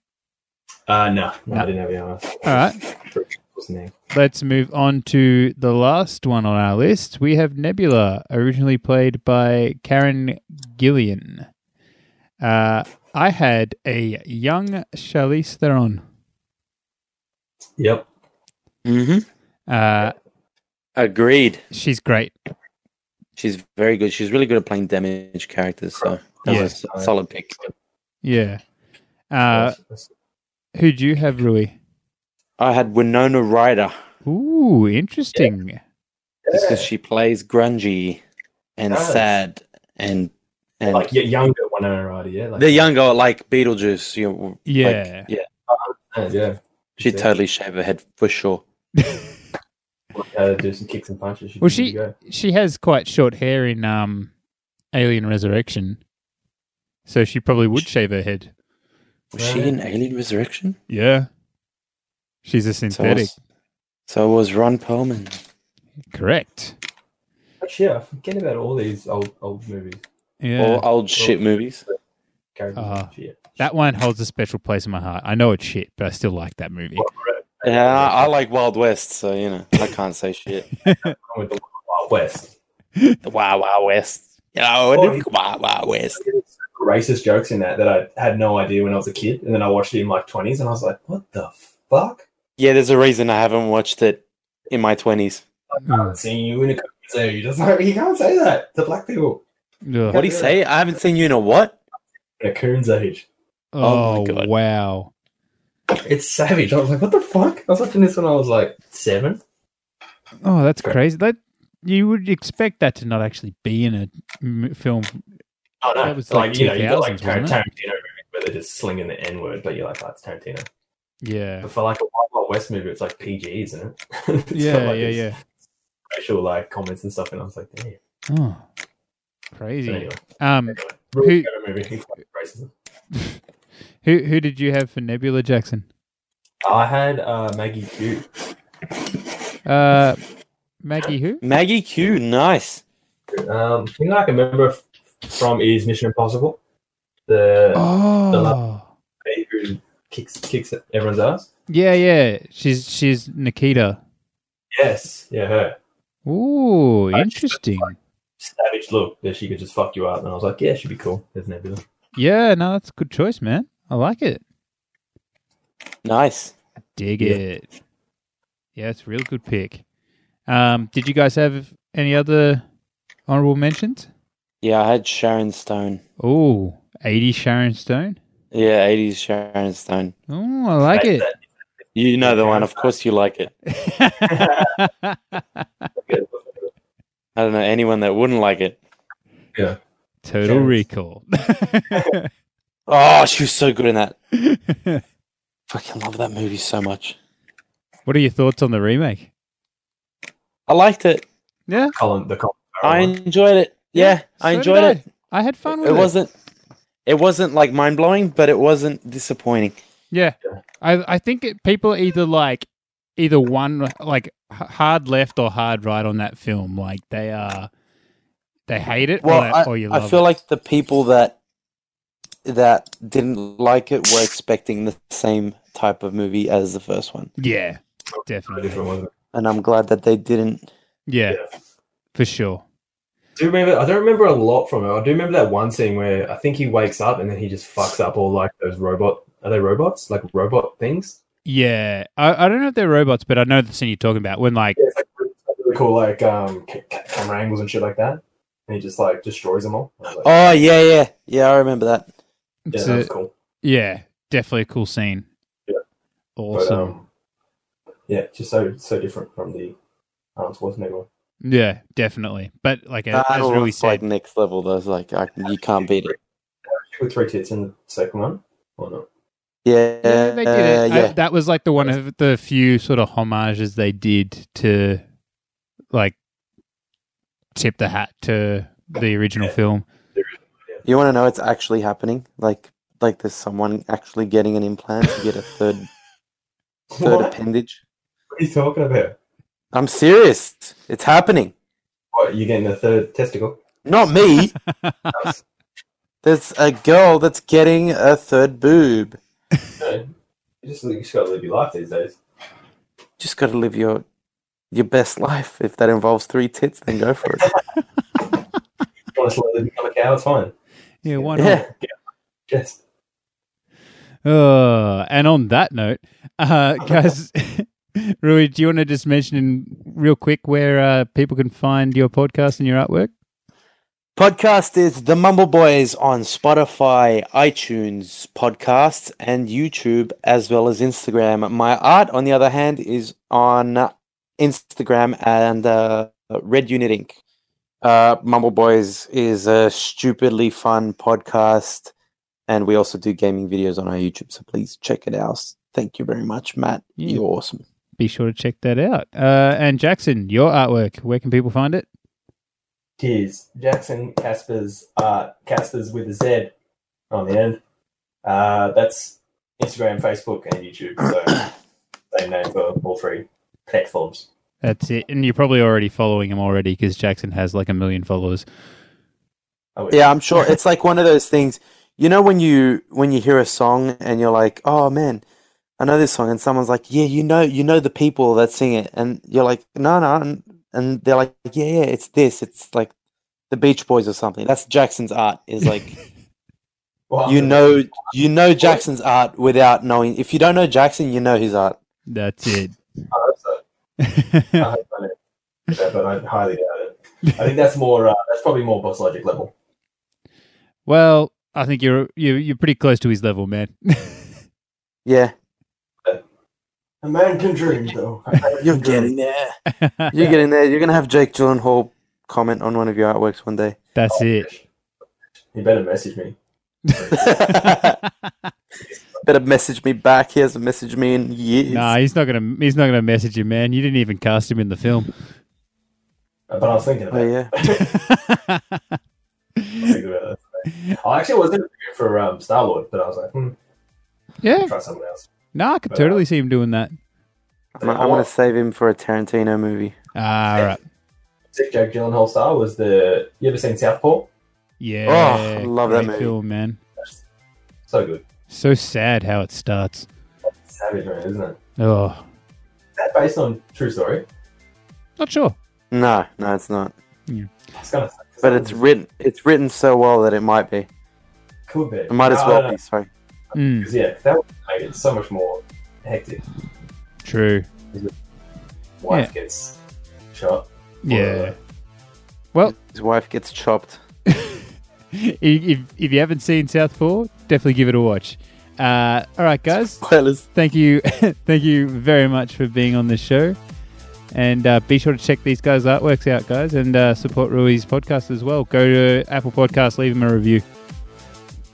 Speaker 3: Uh, no, no,
Speaker 4: No.
Speaker 3: I didn't have any honest.
Speaker 4: All right. Let's move on to the last one on our list. We have Nebula, originally played by Karen Gillian. Uh, I had a young Charlize Theron.
Speaker 3: Yep.
Speaker 2: Mm-hmm.
Speaker 4: Uh,
Speaker 2: Agreed.
Speaker 4: she's great.
Speaker 2: She's very good. She's really good at playing damage characters. So that
Speaker 4: Yeah.
Speaker 2: was a solid pick.
Speaker 4: Yeah. Uh, who do you have, Rui?
Speaker 2: I had Winona Ryder
Speaker 4: Ooh, interesting.
Speaker 2: just because she plays grungy and
Speaker 3: Nice.
Speaker 2: sad and and
Speaker 3: like yeah, younger one rider, yeah. Like,
Speaker 2: the younger like Beetlejuice. You know, like,
Speaker 4: Yeah.
Speaker 2: yeah.
Speaker 3: yeah, yeah.
Speaker 2: She
Speaker 3: Yeah.
Speaker 2: totally shave her head for sure.
Speaker 3: Uh, do some kicks and punches.
Speaker 4: Well,
Speaker 3: she's good
Speaker 4: she-
Speaker 3: to go.
Speaker 4: She has quite short hair in um, Alien Resurrection. So she probably would shave her head.
Speaker 2: Was she in Alien Resurrection?
Speaker 4: Yeah. She's a synthetic.
Speaker 2: So was, so was Ron Perlman.
Speaker 4: Correct.
Speaker 3: Actually, yeah, I forget about all these old old movies.
Speaker 4: Yeah.
Speaker 2: Or old shit movies.
Speaker 3: Characters.
Speaker 4: Ah.
Speaker 3: Shit.
Speaker 4: that one holds a special place in my heart. I know it's shit, but I still like that movie.
Speaker 2: Yeah, I I like Wild West, so you know I can't say shit.
Speaker 3: Along with the Wild West.
Speaker 2: The Wild Wild West. You know,
Speaker 3: Oh, he-
Speaker 2: the Wild Wild West.
Speaker 3: Racist jokes in that that I had no idea when I was a kid, and then I watched it in like twenties, and I was like, "What the fuck?"
Speaker 2: Yeah, there's a reason I haven't watched it in my twenties.
Speaker 4: Mm.
Speaker 3: Seeing you in a so you just like you can't say that to black people
Speaker 4: Ugh.
Speaker 2: What do you say? I haven't seen you in a what?
Speaker 3: in a coon's age.
Speaker 2: Oh
Speaker 4: Oh,
Speaker 2: my God.
Speaker 4: wow.
Speaker 3: It's savage. I was like, "What the fuck?" I was watching this when I was like seven.
Speaker 4: Oh, that's
Speaker 3: Correct.
Speaker 4: crazy. That you would expect that to not actually be in a m- film.
Speaker 3: Oh no!
Speaker 4: That was,
Speaker 3: like,
Speaker 4: like,
Speaker 3: you know, you got like
Speaker 4: 2000s, wasn't
Speaker 3: Tarantino
Speaker 4: it?
Speaker 3: movies where they're just slinging the N word, but you're like, "Oh, it's Tarantino."
Speaker 4: Yeah.
Speaker 3: But for like a Wild Wild West movie, it's like PG, isn't it? It's got,
Speaker 4: Yeah,
Speaker 3: like,
Speaker 4: yeah,
Speaker 3: these
Speaker 4: yeah.
Speaker 3: Racial like comments and stuff, and I was like, "Damn."
Speaker 4: Oh.
Speaker 3: But
Speaker 4: Crazy.
Speaker 3: anyway,
Speaker 4: Um
Speaker 3: really
Speaker 4: Who-
Speaker 3: good movie. It's like Racism.
Speaker 4: who who did you have for Nebula Jackson?
Speaker 3: I had uh, Maggie Q.
Speaker 4: Uh Maggie who?
Speaker 2: Maggie Q, nice.
Speaker 3: Um, the thing I can remember f- from is Mission Impossible. The
Speaker 4: Oh.
Speaker 3: lady who kicks kicks everyone's ass.
Speaker 4: Yeah, yeah. She's she's Nikita.
Speaker 3: Yes, yeah, her
Speaker 4: Ooh, interesting.
Speaker 3: savage look that she could just fuck you up, and I was like, yeah, she'd be cool. There's Nebula.
Speaker 4: Yeah, no, that's a good choice, man. I like it.
Speaker 2: Nice.
Speaker 4: Dig
Speaker 3: Yeah.
Speaker 4: it. Yeah, it's a real good pick. Um, did you guys have any other honorable mentions?
Speaker 2: Yeah, I had Sharon Stone.
Speaker 4: Oh, 80 Sharon Stone.
Speaker 2: Yeah, 80s Sharon Stone.
Speaker 4: Oh, I like it.
Speaker 2: You know the one, of course you like it. I don't know anyone that wouldn't like it.
Speaker 4: Total
Speaker 3: Sharon.
Speaker 4: Recall.
Speaker 2: Oh, she was so good in that. Fucking love that movie so much.
Speaker 4: what are your thoughts on the remake?
Speaker 2: I liked it.
Speaker 3: Colin, the Colin Farrell
Speaker 2: I
Speaker 3: one.
Speaker 2: enjoyed it. Yeah, I
Speaker 4: so
Speaker 2: enjoyed
Speaker 4: did
Speaker 2: it.
Speaker 4: I. I had fun with
Speaker 2: It
Speaker 4: it.
Speaker 2: wasn't. It wasn't like mind blowing, but it wasn't disappointing.
Speaker 4: Yeah,
Speaker 3: Yeah.
Speaker 4: I I think it, people either like either one like h- hard left or hard right on that film. Like they are, they hate it.
Speaker 2: Well,
Speaker 4: or, they- or you love
Speaker 2: I feel
Speaker 4: it.
Speaker 2: like the people that that didn't like it were expecting the same type of movie as the first one,
Speaker 4: yeah,
Speaker 3: A
Speaker 4: definitely.
Speaker 3: different one.
Speaker 2: and I'm glad that they didn't.
Speaker 4: Yeah,
Speaker 3: Yeah.
Speaker 4: for sure.
Speaker 3: do remember I don't remember a lot from it. I do remember that one scene where I think he wakes up and then he just fucks up all like those robot are they robots? Like robot things?
Speaker 4: Yeah, I, I don't know if they're robots, but I know the scene you're talking about when like
Speaker 3: Yeah, it's like really- really cool like um ca- ca- camera angles and shit like that. And he just like destroys them all. I was like,
Speaker 2: Oh yeah, yeah, yeah. I remember that.
Speaker 3: yeah,
Speaker 4: it's
Speaker 3: that's
Speaker 4: a,
Speaker 3: cool.
Speaker 4: yeah, definitely a cool scene.
Speaker 3: Yeah.
Speaker 4: Awesome.
Speaker 3: But, um, yeah, just so so different from the um Schwarzenegger one.
Speaker 4: yeah, definitely. But like as, as
Speaker 2: Battle
Speaker 4: Rui
Speaker 2: was like
Speaker 4: said,
Speaker 2: next level. Though, It's like I, you can't beat it.
Speaker 3: With three tits in the second one? Or not?
Speaker 2: Yeah,
Speaker 4: yeah, they did it. I-
Speaker 2: yeah.
Speaker 4: that was like the one of the few sort of homages they did to like tip the hat to the original
Speaker 3: Yeah.
Speaker 4: film.
Speaker 2: you want to know it's actually happening? Like, like there's someone actually getting an implant to get a third third
Speaker 3: What?
Speaker 2: appendage.
Speaker 3: What are you talking about?
Speaker 2: I'm serious. It's happening.
Speaker 3: What, you getting the third testicle?
Speaker 2: Not me. There's a girl that's getting a third boob.
Speaker 3: No. You just, you just gotta live your life these days.
Speaker 2: Just got to live your your best life. If that involves three tits, then go for it.
Speaker 3: If you want to slowly become a cow, it's fine.
Speaker 4: yeah, why not?
Speaker 2: yeah.
Speaker 3: Just
Speaker 4: Uh, and on that note, uh, guys, Rui, do you want to just mention in real quick where uh, people can find your podcast and your artwork?
Speaker 2: Podcast is The Mumble Boys on Spotify, iTunes, podcasts, and YouTube, as well as Instagram. My art, on the other hand, is on Instagram and uh, Red Unit Inc. Uh, Mumble Boys is a stupidly fun podcast, and we also do gaming videos on our YouTube, so please check it out. Thank you very much, Matt.
Speaker 4: Yeah.
Speaker 2: You're awesome.
Speaker 4: Be sure to check that out. Uh, and Jackson, your artwork, where can people find it?
Speaker 3: Cheers. Jackson Casper's uh Casper's with a Z on the end. Uh, that's Instagram, Facebook, and YouTube. So same name for all three platforms.
Speaker 4: That's it. And you're probably already following him already because Jackson has like a million followers.
Speaker 3: I would-
Speaker 2: Yeah, I'm sure it's like one of those things. You know when you when you hear a song and you're like, "Oh man, I know this song," and someone's like, "Yeah, you know, you know the people that sing it," and you're like, "No, no," and, and they're like, "Yeah, yeah, it's this. It's like the Beach Boys or something." That's Jackson's art. Is like
Speaker 3: Well,
Speaker 2: you know you know Jackson's art without knowing. If you don't know Jackson, you know his art.
Speaker 4: That's it.
Speaker 3: I hope so. I hope I know. Yeah, but I highly doubt it. I think that's more. Uh, that's probably more boss logic level.
Speaker 4: well, I think you're you you're pretty close to his level, man.
Speaker 2: Yeah,
Speaker 3: A man can dream, though.
Speaker 2: you're getting there. You're getting there. You're gonna have Jake Gyllenhaal comment on one of your artworks one day.
Speaker 4: That's it.
Speaker 3: You better message me.
Speaker 2: Better message me back. He hasn't messaged me in years.
Speaker 4: Nah, he's not gonna he's not gonna message you, man. You didn't even cast him in the film.
Speaker 3: Uh, But I was thinking about
Speaker 2: Oh
Speaker 3: it.
Speaker 2: yeah.
Speaker 3: I was thinking about it. I actually was interviewing for um, Star Lord, but I was like, hmm,
Speaker 4: yeah.
Speaker 3: try someone else.
Speaker 4: Nah, I could totally see him doing that.
Speaker 2: I'm, I want to save him for a Tarantino movie.
Speaker 4: Ah, all right.
Speaker 2: Oh,
Speaker 3: Sick Jake Gyllenhaal star was the. You ever seen Southpaw?
Speaker 4: Yeah.
Speaker 2: Oh, I love that
Speaker 4: great
Speaker 2: movie.
Speaker 4: film, man.
Speaker 3: So good.
Speaker 4: So sad how it starts.
Speaker 3: Savage man, isn't it?
Speaker 4: Oh,
Speaker 3: Is that based on true story?
Speaker 4: not sure.
Speaker 2: No, no, it's not.
Speaker 3: It's kind of.
Speaker 2: But it's written. It's written so well that it might be.
Speaker 3: cool bit.
Speaker 2: It might as well be. Sorry.
Speaker 4: Mm,
Speaker 3: Because yeah, that would make it so much more hectic.
Speaker 4: true.
Speaker 3: Wife gets shot. uh,
Speaker 4: Yeah.
Speaker 2: His wife gets chopped.
Speaker 4: If, if if you haven't seen Southpaw, definitely give it a watch. Uh, all right, guys.
Speaker 2: Spoilers.
Speaker 4: thank you thank you very much for being on the show and uh, be sure to check these guys artworks out guys and uh, support rui's podcast as well go to apple podcast leave him a review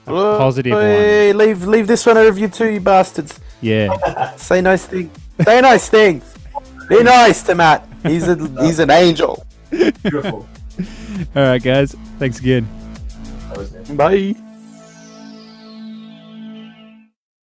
Speaker 4: a positive one
Speaker 2: Hey, leave leave this one a review too, you bastards.
Speaker 4: yeah
Speaker 2: Say nice things. Say nice things. Be nice to Matt. He's a he's an angel.
Speaker 3: Beautiful.
Speaker 4: all right guys thanks again
Speaker 3: that was it.
Speaker 2: Bye.